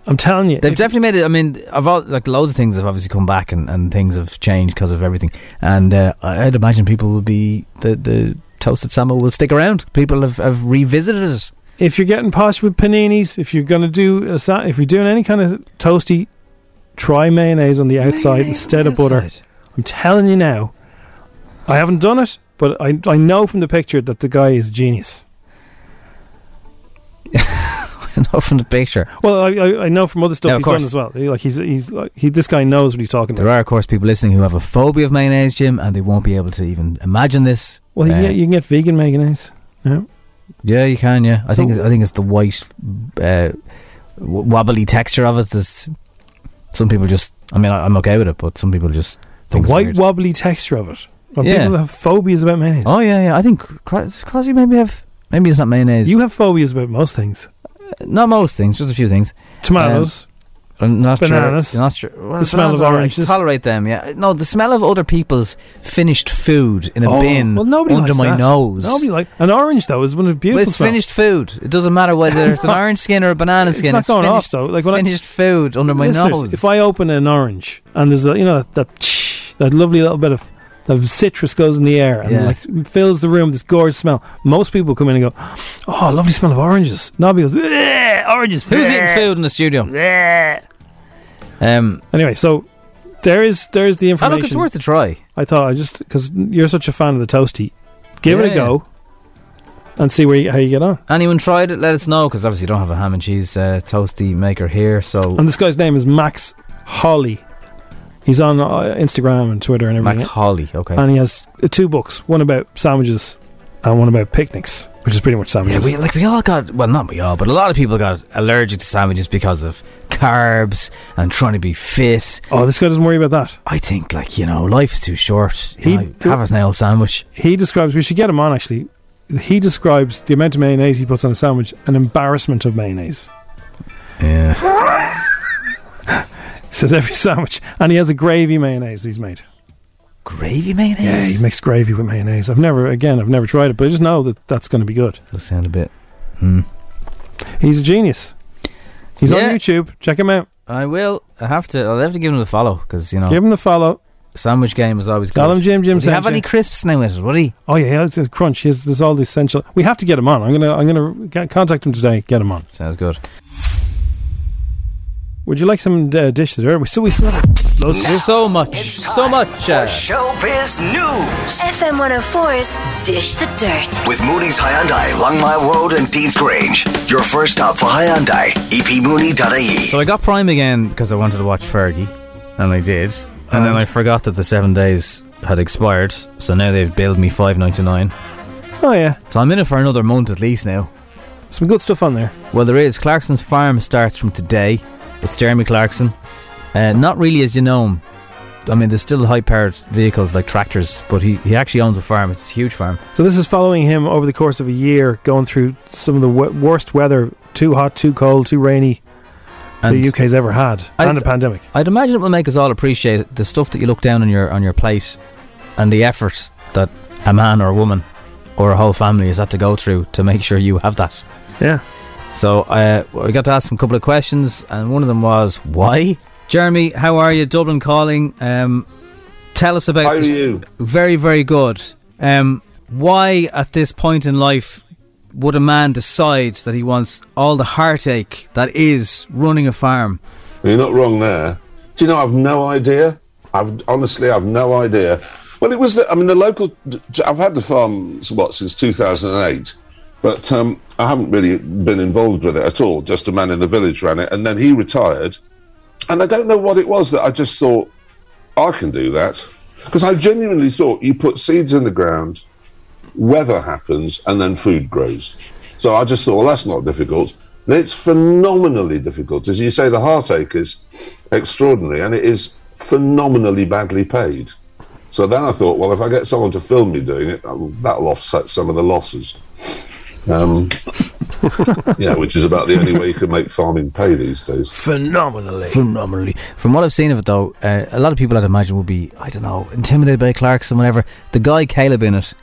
Speaker 2: I'm telling you,
Speaker 4: They've
Speaker 2: if-
Speaker 4: definitely made it. I mean, I've all, like loads of things have obviously come back, and, and things have changed because of everything. And uh, I- I'd imagine people will be the the toasted samba will stick around. People have, have revisited it.
Speaker 2: if you're getting posh with paninis, if you're gonna do a sa- if you're doing any kind of toasty, try mayonnaise on the outside instead of butter. I'm telling you now, I haven't done it, but I I know from the picture that the guy is a genius.
Speaker 4: Not from the picture.
Speaker 2: Well, I, I, I know from other stuff
Speaker 4: Yeah, of
Speaker 2: he's done
Speaker 4: course.
Speaker 2: as well. He, like he's he's like, he this guy knows what he's talking
Speaker 4: There
Speaker 2: about.
Speaker 4: are, of course, people listening who have a phobia of mayonnaise, Jim, and they won't be able to even imagine this.
Speaker 2: Well, you,
Speaker 4: Uh,
Speaker 2: can get, you can get vegan mayonnaise. Yeah.
Speaker 4: yeah, you can. Yeah, I
Speaker 2: So-
Speaker 4: think it's, I think it's the white, uh, w- wobbly texture of it. That's some people just. I mean, I, I'm okay with it, but some people just
Speaker 2: The
Speaker 4: think it's
Speaker 2: white
Speaker 4: weird.
Speaker 2: wobbly texture of it. Well,
Speaker 4: Yeah.
Speaker 2: People have phobias about mayonnaise.
Speaker 4: Oh yeah, yeah. I think Cro- does Crosby maybe have maybe it's not mayonnaise. You
Speaker 2: have phobias about most things.
Speaker 4: Not most things, just a few things.
Speaker 2: Tomatoes.
Speaker 4: Um, I'm not
Speaker 2: Bananas.
Speaker 4: Sure, not sure. Well,
Speaker 2: The smell
Speaker 4: bananas are
Speaker 2: of
Speaker 4: all right,
Speaker 2: oranges.
Speaker 4: Tolerate them. Yeah. No, the smell of other people's finished food in a
Speaker 2: Oh,
Speaker 4: bin
Speaker 2: well, nobody
Speaker 4: under
Speaker 2: likes
Speaker 4: my
Speaker 2: that.
Speaker 4: nose.
Speaker 2: Nobody like an orange though is one of the
Speaker 4: But
Speaker 2: beautiful.
Speaker 4: it's
Speaker 2: smells.
Speaker 4: finished food. It doesn't matter whether it's an orange skin or a banana
Speaker 2: It's
Speaker 4: skin.
Speaker 2: not going
Speaker 4: finished,
Speaker 2: off though. Like when
Speaker 4: finished
Speaker 2: I,
Speaker 4: food under my
Speaker 2: Listeners,
Speaker 4: nose.
Speaker 2: If I open an orange and there's a you know that that, that lovely little bit of the citrus goes in the air and
Speaker 4: Yeah.
Speaker 2: like fills the room with this gorgeous smell. Most people come in and go, "Oh, lovely smell of oranges." Nobody goes, "Ugh, "Oranges."
Speaker 4: Who's eating
Speaker 2: bleh."
Speaker 4: food in the studio? Um.
Speaker 2: Anyway, so there is there is the information.
Speaker 4: it's worth a try.
Speaker 2: I thought I just because you're such a fan of the toasty, give it
Speaker 4: Yeah.
Speaker 2: a go, and see where you, how you get on.
Speaker 4: Anyone tried it? Let us know because obviously you don't have a ham and cheese uh, toasty maker here. So
Speaker 2: And this guy's name is Max Holly. He's on uh, Instagram and Twitter and everything.
Speaker 4: Max Holly, okay.
Speaker 2: And he has uh, two books: one about sandwiches and one about picnics, which is pretty much
Speaker 4: Yeah,
Speaker 2: sandwiches.
Speaker 4: we, like we all got well, not we all, but a lot of people got allergic to sandwiches because of carbs and trying to be fit.
Speaker 2: Oh, this guy doesn't worry about that.
Speaker 4: I think, like you know, life is too short. You know, have us now. sandwich.
Speaker 2: He describes. We should get him on actually. He describes the amount of mayonnaise he puts on a sandwich, an embarrassment of mayonnaise.
Speaker 4: Yeah.
Speaker 2: Says every sandwich, and he has a gravy mayonnaise he's made.
Speaker 4: Gravy mayonnaise.
Speaker 2: Yeah, he makes gravy with mayonnaise. I've never, again, I've never tried it, but I just know that that's going to be good.
Speaker 4: Does sound a bit. Hmm.
Speaker 2: He's a genius. He's
Speaker 4: Yeah.
Speaker 2: on YouTube. Check him out.
Speaker 4: I will. I have to. I'll have to give him the follow because you know.
Speaker 2: Give him the follow.
Speaker 4: Sandwich game is always good.
Speaker 2: Tell him Jim Jim
Speaker 4: Does he
Speaker 2: sent
Speaker 4: have
Speaker 2: you.
Speaker 4: any crisps now? Is it? Would he?
Speaker 2: Oh yeah, yeah, it's a crunch. He's, there's all the essential. We have to get him on. I'm gonna, I'm gonna get, contact him today. Get him on.
Speaker 4: Sounds good.
Speaker 2: Would you like some uh, dish there? We still, we still have loads to do.
Speaker 4: so much, so much. Uh,
Speaker 1: Showbiz News
Speaker 7: FM 104's Dish the Dirt.
Speaker 1: with Mooney's Hyundai, Long Mile Road, and Dean's Grange. Your first stop for Hyundai, E epmooney.ie.
Speaker 4: So I got Prime again because I wanted to watch Fergie, and I did. And, then I forgot that the seven days had expired, so now they've billed me five ninety nine.
Speaker 2: Oh yeah,
Speaker 4: So I'm in it for another month at least now.
Speaker 2: Some good stuff on there.
Speaker 4: Well, there is. Clarkson's Farm starts from today. It's Jeremy Clarkson. Uh, not really as you know him. I mean, there's still high powered vehicles like tractors, but he, he actually owns a farm. It's a huge farm.
Speaker 2: So this is following him over the course of a year, going through some of the w- worst weather: too hot, too cold, too rainy.
Speaker 4: And-
Speaker 2: the UK's ever had,
Speaker 4: I'd-
Speaker 2: and a pandemic.
Speaker 4: I'd imagine it will make us all appreciate the stuff that you look down on your on your plate, and the effort that a man or a woman or a whole family has had to go through to make sure you have that.
Speaker 2: Yeah.
Speaker 4: So uh, we got to ask him a couple of questions, and one of them was why. Jeremy, how are you? Dublin calling. Um, tell us about.
Speaker 6: How are
Speaker 4: this-
Speaker 6: you?
Speaker 4: Very, very good. Um, why at this point in life would a man decide that he wants all the heartache that is running a farm?
Speaker 6: You're not wrong there. Do you know? I've no idea. I've honestly, I've no idea. Well, it was. The, I mean, the local. I've had the farm what since 2008, but um, I haven't really been involved with it at all. Just a man in the village ran it, and then he retired. And I don't know what it was that I just thought I can do that because I genuinely thought you put seeds in the ground, weather happens, and then food grows. So I just thought, well, that's not difficult. And it's phenomenally difficult. As you say, the heartache is extraordinary and it is phenomenally badly paid. So then I thought, well, if I get someone to film me doing it, that'll that'll offset some of the losses. Um, yeah, which is about the only way you can make farming pay these days.
Speaker 2: Phenomenally.
Speaker 4: Phenomenally. From what I've seen of it, though, uh, a lot of people I'd imagine would be, I don't know, intimidated by Clarkson, whatever. The guy Caleb in it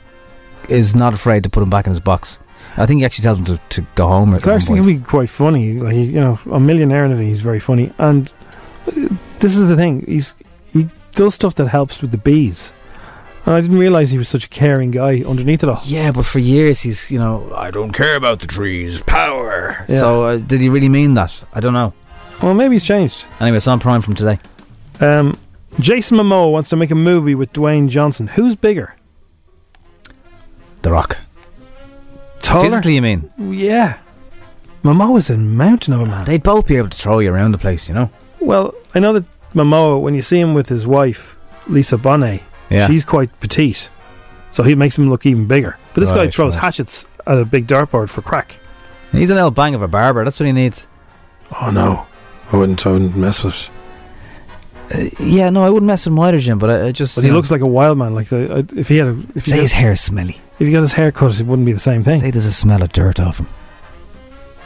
Speaker 4: is not afraid to put him back in his box. I think he actually tells him to, to go home. At one
Speaker 2: Clarkson
Speaker 4: point.
Speaker 2: can be quite funny. Like he- you know, a millionaire and everything. He's very funny. And uh, this is the thing. He's he does stuff that helps with the bees. And I didn't realize he was such a caring guy underneath it all.
Speaker 4: Yeah, but for years he's you know I don't care about the trees, power.
Speaker 2: Yeah.
Speaker 4: So uh, did he really mean that? I don't know.
Speaker 2: Well, maybe he's changed.
Speaker 4: Anyway, it's on Prime from today.
Speaker 2: Um, Jason Momoa wants to make a movie with Dwayne Johnson. Who's bigger?
Speaker 4: The Rock.
Speaker 2: Taller?
Speaker 4: Physically, you mean?
Speaker 2: Yeah. Momoa's a mountain of a man.
Speaker 4: They'd both be able to throw you around the place, you know.
Speaker 2: Well, I know that Momoa, when you see him with his wife, Lisa Bonet,
Speaker 4: Yeah.
Speaker 2: she's quite petite. So he makes him look even bigger. But this guy
Speaker 4: Right,
Speaker 2: throws
Speaker 4: right.
Speaker 2: hatchets at a big dartboard for crack.
Speaker 4: He's an old bang of a barber. That's what he needs.
Speaker 2: Oh no, I wouldn't. I wouldn't mess with.
Speaker 4: Uh, yeah, no, I wouldn't mess with him either, Jim. But I, I just.
Speaker 2: But he
Speaker 4: you know,
Speaker 2: looks like a wild man. Like the, I- if he had, a, if he
Speaker 4: Say
Speaker 2: had-
Speaker 4: his hair's smelly.
Speaker 2: If he got his hair cut, it wouldn't be the same thing.
Speaker 4: Say there's a smell of dirt off him.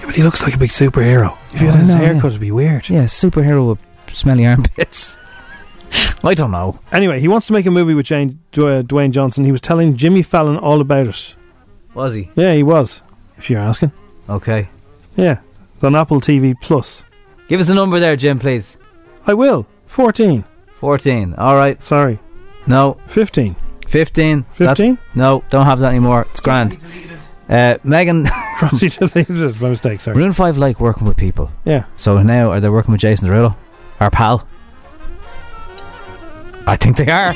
Speaker 2: Yeah, but he looks like a big superhero. If he had
Speaker 4: Oh, I
Speaker 2: his
Speaker 4: know,
Speaker 2: hair
Speaker 4: yeah.
Speaker 2: cut, it'd be weird.
Speaker 4: Yeah, superhero with smelly armpits. I don't know.
Speaker 2: Anyway, he wants to make a movie with Jane, Dw- uh, Dwayne Johnson. He was telling Jimmy Fallon all about it.
Speaker 4: Was he?
Speaker 2: Yeah, he was. If you're asking.
Speaker 4: Okay.
Speaker 2: Yeah, it's on Apple TV Plus.
Speaker 4: Give us a number there, Jim, please.
Speaker 2: I will. Fourteen.
Speaker 4: Fourteen. All right.
Speaker 2: Sorry.
Speaker 4: No.
Speaker 2: Fifteen.
Speaker 4: Fifteen. That's-
Speaker 2: 15?
Speaker 4: No, don't have that anymore. It's grand. Uh, Megan.
Speaker 2: He deleted it by mistake. Sorry.
Speaker 4: Maroon 5 like working with people.
Speaker 2: Yeah.
Speaker 4: So now, are they working with Jason Derulo? Our pal? I think they are.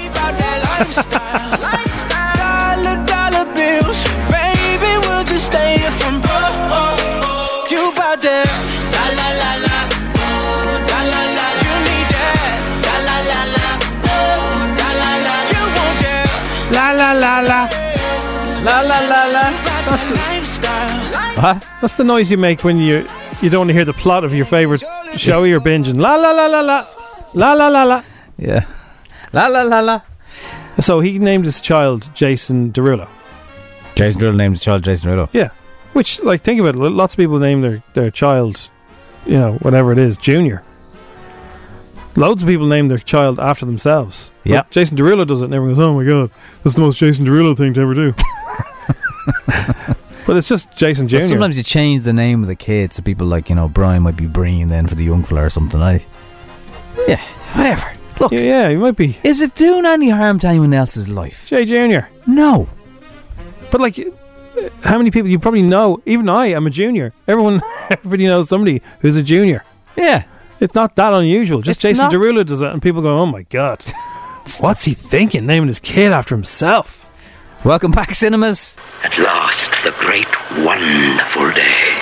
Speaker 5: Dollar, dollar bills. Baby, we'll just stay here from broke. You bout that? La la la la. Ooh, la la la. You need that? La la la la. Ooh, la la la. You want that?
Speaker 4: La la la la. La la la la.
Speaker 5: That's the lifestyle.
Speaker 4: What?
Speaker 2: That's the noise you make when you you don't want to hear the plot of your favorite show you're binging. La la la la la. La la la la.
Speaker 4: Yeah. La la la la.
Speaker 2: So he named his child Jason Derulo.
Speaker 4: Jason Derulo named his child Jason Derulo.
Speaker 2: Yeah. Which, like, think about it. lo- Lots of people name their, their child, you know, whatever it is, Junior. Loads of people name their child after themselves. But
Speaker 4: Yeah.
Speaker 2: Jason Derulo does it, and everyone goes, oh my God, that's the most Jason Derulo thing to ever do. but it's just Jason
Speaker 4: But
Speaker 2: Jr.
Speaker 4: sometimes you change the name of the kid so people like, you know, Brian might be Breen then for the young fella or something. I, yeah, whatever. Look.
Speaker 2: Yeah, yeah, you might be.
Speaker 4: Is it doing any harm to anyone else's life?
Speaker 2: Jay Jr.
Speaker 4: No.
Speaker 2: But, like, uh, how many people you probably know? Even I am a junior. Everyone, everybody knows somebody who's a junior.
Speaker 4: Yeah.
Speaker 2: It's not that unusual. Just
Speaker 4: It's
Speaker 2: Jason
Speaker 4: not-
Speaker 2: Derulo does it, and people go, oh my God, what's he thinking naming his kid after himself?
Speaker 4: Welcome back, cinemas.
Speaker 28: At last, the great wonderful day.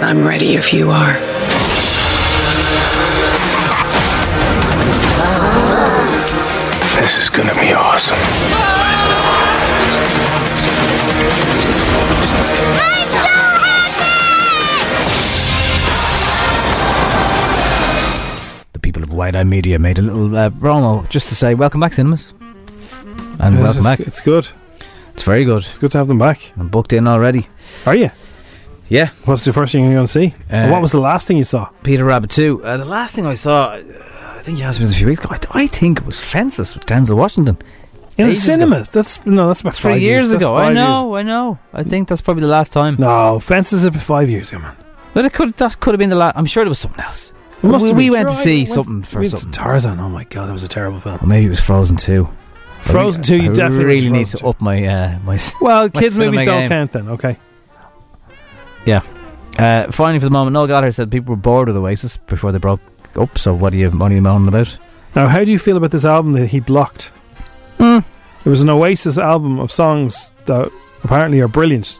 Speaker 8: I'm ready if you are.
Speaker 9: This is gonna be awesome.
Speaker 4: The people of Wide Eye Media made a little uh, promo just to say, welcome back, cinemas. And
Speaker 2: Yeah, this
Speaker 4: welcome
Speaker 2: is-
Speaker 4: back.
Speaker 2: It's good.
Speaker 4: It's very good.
Speaker 2: It's good to have them back.
Speaker 4: I'm booked in already.
Speaker 2: Are you?
Speaker 4: Yeah.
Speaker 2: What's the first thing you're going to see?
Speaker 4: Uh,
Speaker 2: what was the last thing you saw?
Speaker 4: Peter Rabbit 2. Uh, the last thing I saw, uh, I think you asked me this a few weeks ago. I, th- I think it was Fences with Denzel Washington.
Speaker 2: In the
Speaker 4: Ages ago.
Speaker 2: cinema. That's no, that's about
Speaker 4: Three
Speaker 2: five
Speaker 4: years,
Speaker 2: That's
Speaker 4: ago. I
Speaker 2: five
Speaker 4: know, I know. I think that's probably the last time.
Speaker 2: No, Fences is about five years ago, man.
Speaker 4: But it could that could have been the last. I'm sure there was something else.
Speaker 2: It must
Speaker 4: we
Speaker 2: have
Speaker 4: we
Speaker 2: been-
Speaker 4: went to
Speaker 2: Sure, I
Speaker 4: see
Speaker 2: went-
Speaker 4: something for
Speaker 2: we went to
Speaker 4: something.
Speaker 2: Tarzan. Oh my god, that was a terrible film.
Speaker 4: Or maybe it was Frozen 2.
Speaker 2: Frozen 2, you
Speaker 4: I
Speaker 2: definitely went to
Speaker 4: really need
Speaker 2: Frozen
Speaker 4: to up my uh, my. s-
Speaker 2: Well,
Speaker 4: my
Speaker 2: kids' movies
Speaker 4: cinema
Speaker 2: don't
Speaker 4: game.
Speaker 2: count then. Okay.
Speaker 4: Yeah. Uh, finally, for the moment, Noel Gallagher said people were bored with Oasis before they broke up. So what are you what are you moaning about?
Speaker 2: Now, how do you feel about this album that he blocked? Hmm.
Speaker 4: Mm.
Speaker 2: It was an Oasis album of songs that apparently are brilliant.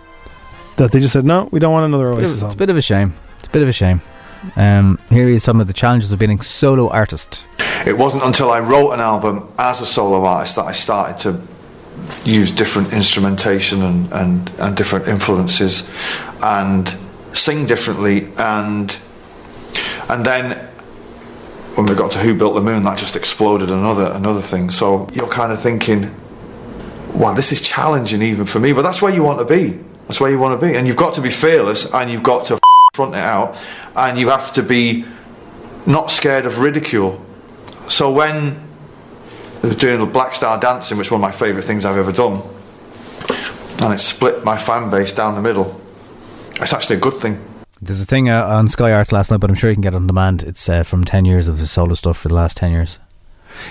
Speaker 2: That they just said, no, we don't want another
Speaker 4: It's a
Speaker 2: Oasis
Speaker 4: bit of- it's a
Speaker 2: album.
Speaker 4: bit of a shame. It's a bit of a shame. Um, here he is talking about the challenges of being a solo artist.
Speaker 10: It wasn't until I wrote an album as a solo artist that I started to use different instrumentation and, and, and different influences and sing differently and and then when we got to Who Built the Moon that just exploded another another thing. So you're kind of thinking, wow, this is challenging even for me, but that's where you want to be. That's where you want to be. And you've got to be fearless and you've got to f- front it out and you have to be not scared of ridicule. So when I was doing the Black Star Dancing, which is one of my favourite things I've ever done, and it split my fan base down the middle, it's actually a good thing.
Speaker 4: There's a thing uh, on Sky Arts last night, but I'm sure you can get it on demand. It's uh, from 10 years of his solo stuff for the last 10 years.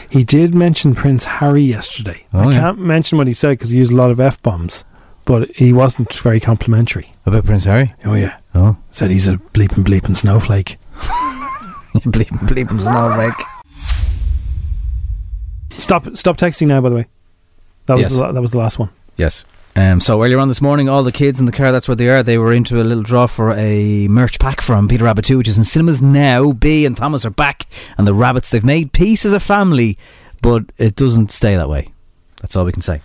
Speaker 2: He did mention Prince Harry yesterday.
Speaker 4: Oh,
Speaker 2: I
Speaker 4: yeah.
Speaker 2: can't mention what he said because he used a lot of f bombs, but he wasn't very complimentary.
Speaker 4: About Prince Harry?
Speaker 2: Oh yeah.
Speaker 4: Oh.
Speaker 2: Said he's a bleeping bleeping snowflake.
Speaker 4: bleeping bleeping snowflake.
Speaker 2: Stop stop texting now. By the way, that was
Speaker 4: Yes.
Speaker 2: the, la- that was the last one.
Speaker 4: Yes. Um, so earlier on this morning, all the kids in the car, that's where they are, they were into a little draw for a merch pack from Peter Rabbit 2, which is in cinemas now. B and Thomas are back, and the rabbits, they've made peace as a family, but it doesn't stay that way. That's all we can say.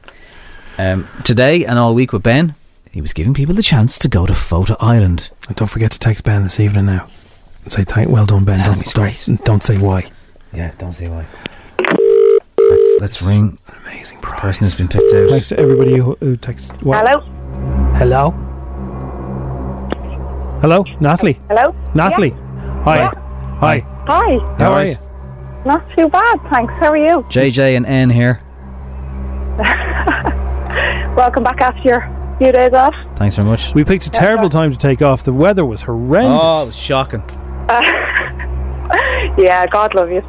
Speaker 4: Um, today and all week with Ben, He was giving people the chance to go to Fota Island.
Speaker 2: And don't forget to text Ben this evening now and say thank. Well done, Ben.
Speaker 4: Yeah,
Speaker 2: don't,
Speaker 4: he's
Speaker 2: don't, don't say why.
Speaker 4: Yeah, don't say why. Let's, let's ring.
Speaker 2: Amazing
Speaker 4: prize. Person has been picked out.
Speaker 2: Thanks to everybody who, who texts. What?
Speaker 29: Hello?
Speaker 2: Hello. Hello, Natalie.
Speaker 29: Hello?
Speaker 2: Natalie. Hi. Hi.
Speaker 29: Yeah. Hi.
Speaker 2: How are you?
Speaker 29: Not too bad, thanks. How are you?
Speaker 4: JJ and N here.
Speaker 29: Welcome back after your few days off.
Speaker 4: Thanks very much.
Speaker 2: We picked a terrible time to take off. The weather was horrendous.
Speaker 4: Oh, it was shocking.
Speaker 29: Yeah, God love you.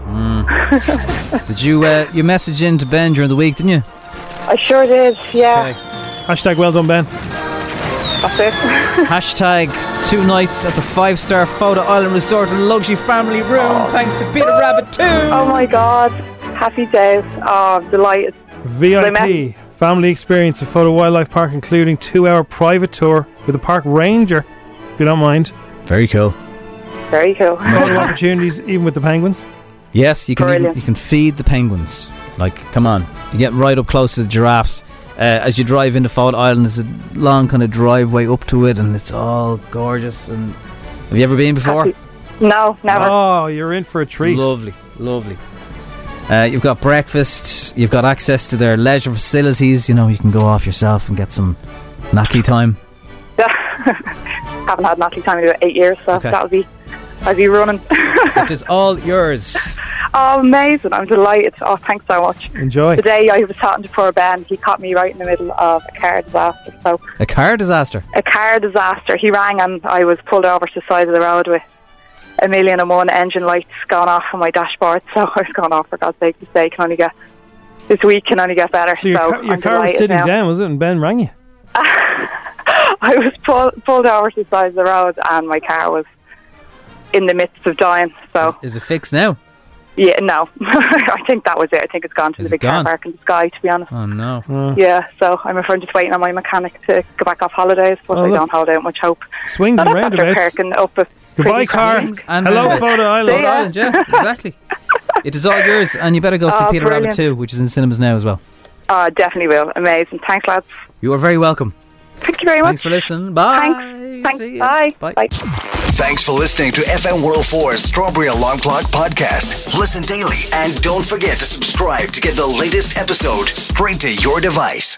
Speaker 4: Did you uh, you message in to Ben during the week, didn't you?
Speaker 29: I sure did, yeah.
Speaker 2: Hashtag well done, Ben.
Speaker 29: That's it.
Speaker 4: Hashtag two nights at the five star Fota Island Resort and luxury family room. Thanks to Peter Rabbit too.
Speaker 29: Oh my God. Happy days. Oh, I'm delighted.
Speaker 2: VIP family experience at Photo Wildlife Park, including two-hour private tour with a park ranger, if you don't mind.
Speaker 4: Very cool.
Speaker 29: Very cool.
Speaker 2: Photo opportunities, even with the penguins.
Speaker 4: Yes, you can even,
Speaker 2: Brilliant.
Speaker 4: you can feed the penguins. Like, come on, you get right up close to the giraffes. Uh, as you drive into Ford Island, there's a long kind of driveway up to it, and it's all gorgeous. And have you ever been before?
Speaker 29: No, never.
Speaker 2: Oh, you're in for a treat.
Speaker 4: Lovely, lovely. Uh, you've got breakfast. You've got access to their leisure facilities. You know, you can go off yourself and get some Natalie time.
Speaker 29: Haven't had Natalie time in about eight years, so
Speaker 4: Okay.
Speaker 29: that would be, I'd be running.
Speaker 4: it is all yours.
Speaker 29: Oh, amazing. I'm delighted. Oh, thanks so much.
Speaker 2: Enjoy.
Speaker 29: Today I was talking to poor Ben. He caught me right in the middle of a car disaster. So
Speaker 4: A car disaster.
Speaker 29: a car disaster. He rang and I was pulled over to the side of the road with a million and one engine lights gone off on my dashboard. So I was going off for God's sake. This day can only get this week can only get better.
Speaker 2: So your, car, your
Speaker 29: I'm
Speaker 2: car was
Speaker 29: delighted
Speaker 2: sitting
Speaker 29: now.
Speaker 2: down, was it? And Ben rang you.
Speaker 29: I was pull, pulled over to the side of the road and my car was in the midst of dying. So
Speaker 4: Is it fixed now?
Speaker 29: yeah, no, I think that was it. I think it's gone to
Speaker 4: Is
Speaker 29: the
Speaker 4: it
Speaker 29: big car
Speaker 4: gone?
Speaker 29: park in the sky. To be honest.
Speaker 4: Oh no.
Speaker 29: Yeah, so I'm afraid just waiting on my mechanic to go back off holidays, but
Speaker 2: Well,
Speaker 29: I
Speaker 2: look.
Speaker 29: don't hold out much hope.
Speaker 2: Swings
Speaker 29: Not
Speaker 2: and
Speaker 29: after
Speaker 2: roundabouts.
Speaker 29: Perkin up a
Speaker 2: Goodbye,
Speaker 29: pretty
Speaker 2: car.
Speaker 29: swings.
Speaker 2: Hello,
Speaker 4: roundabouts.
Speaker 2: Photo Island.
Speaker 29: See ya.
Speaker 4: uh, yeah, exactly. It is all yours, and you better go see
Speaker 29: Oh,
Speaker 4: Peter
Speaker 29: brilliant.
Speaker 4: Rabbit too, which is in cinemas now as well.
Speaker 29: Oh, definitely will. Amazing. Thanks, lads.
Speaker 4: You are very welcome.
Speaker 29: Thank you very much.
Speaker 4: Thanks for listening. Bye.
Speaker 29: Thanks. Thanks. Bye. Bye.
Speaker 1: Thanks for listening to FM 104's Strawberry Alarm Clock Podcast. Listen daily and don't forget to subscribe to get the latest episode straight to your device.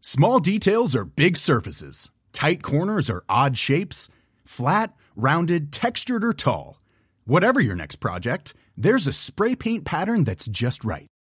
Speaker 12: Small details are big surfaces. Tight corners are odd shapes. Flat, rounded, textured, or tall. Whatever your next project, there's a spray paint pattern that's just right.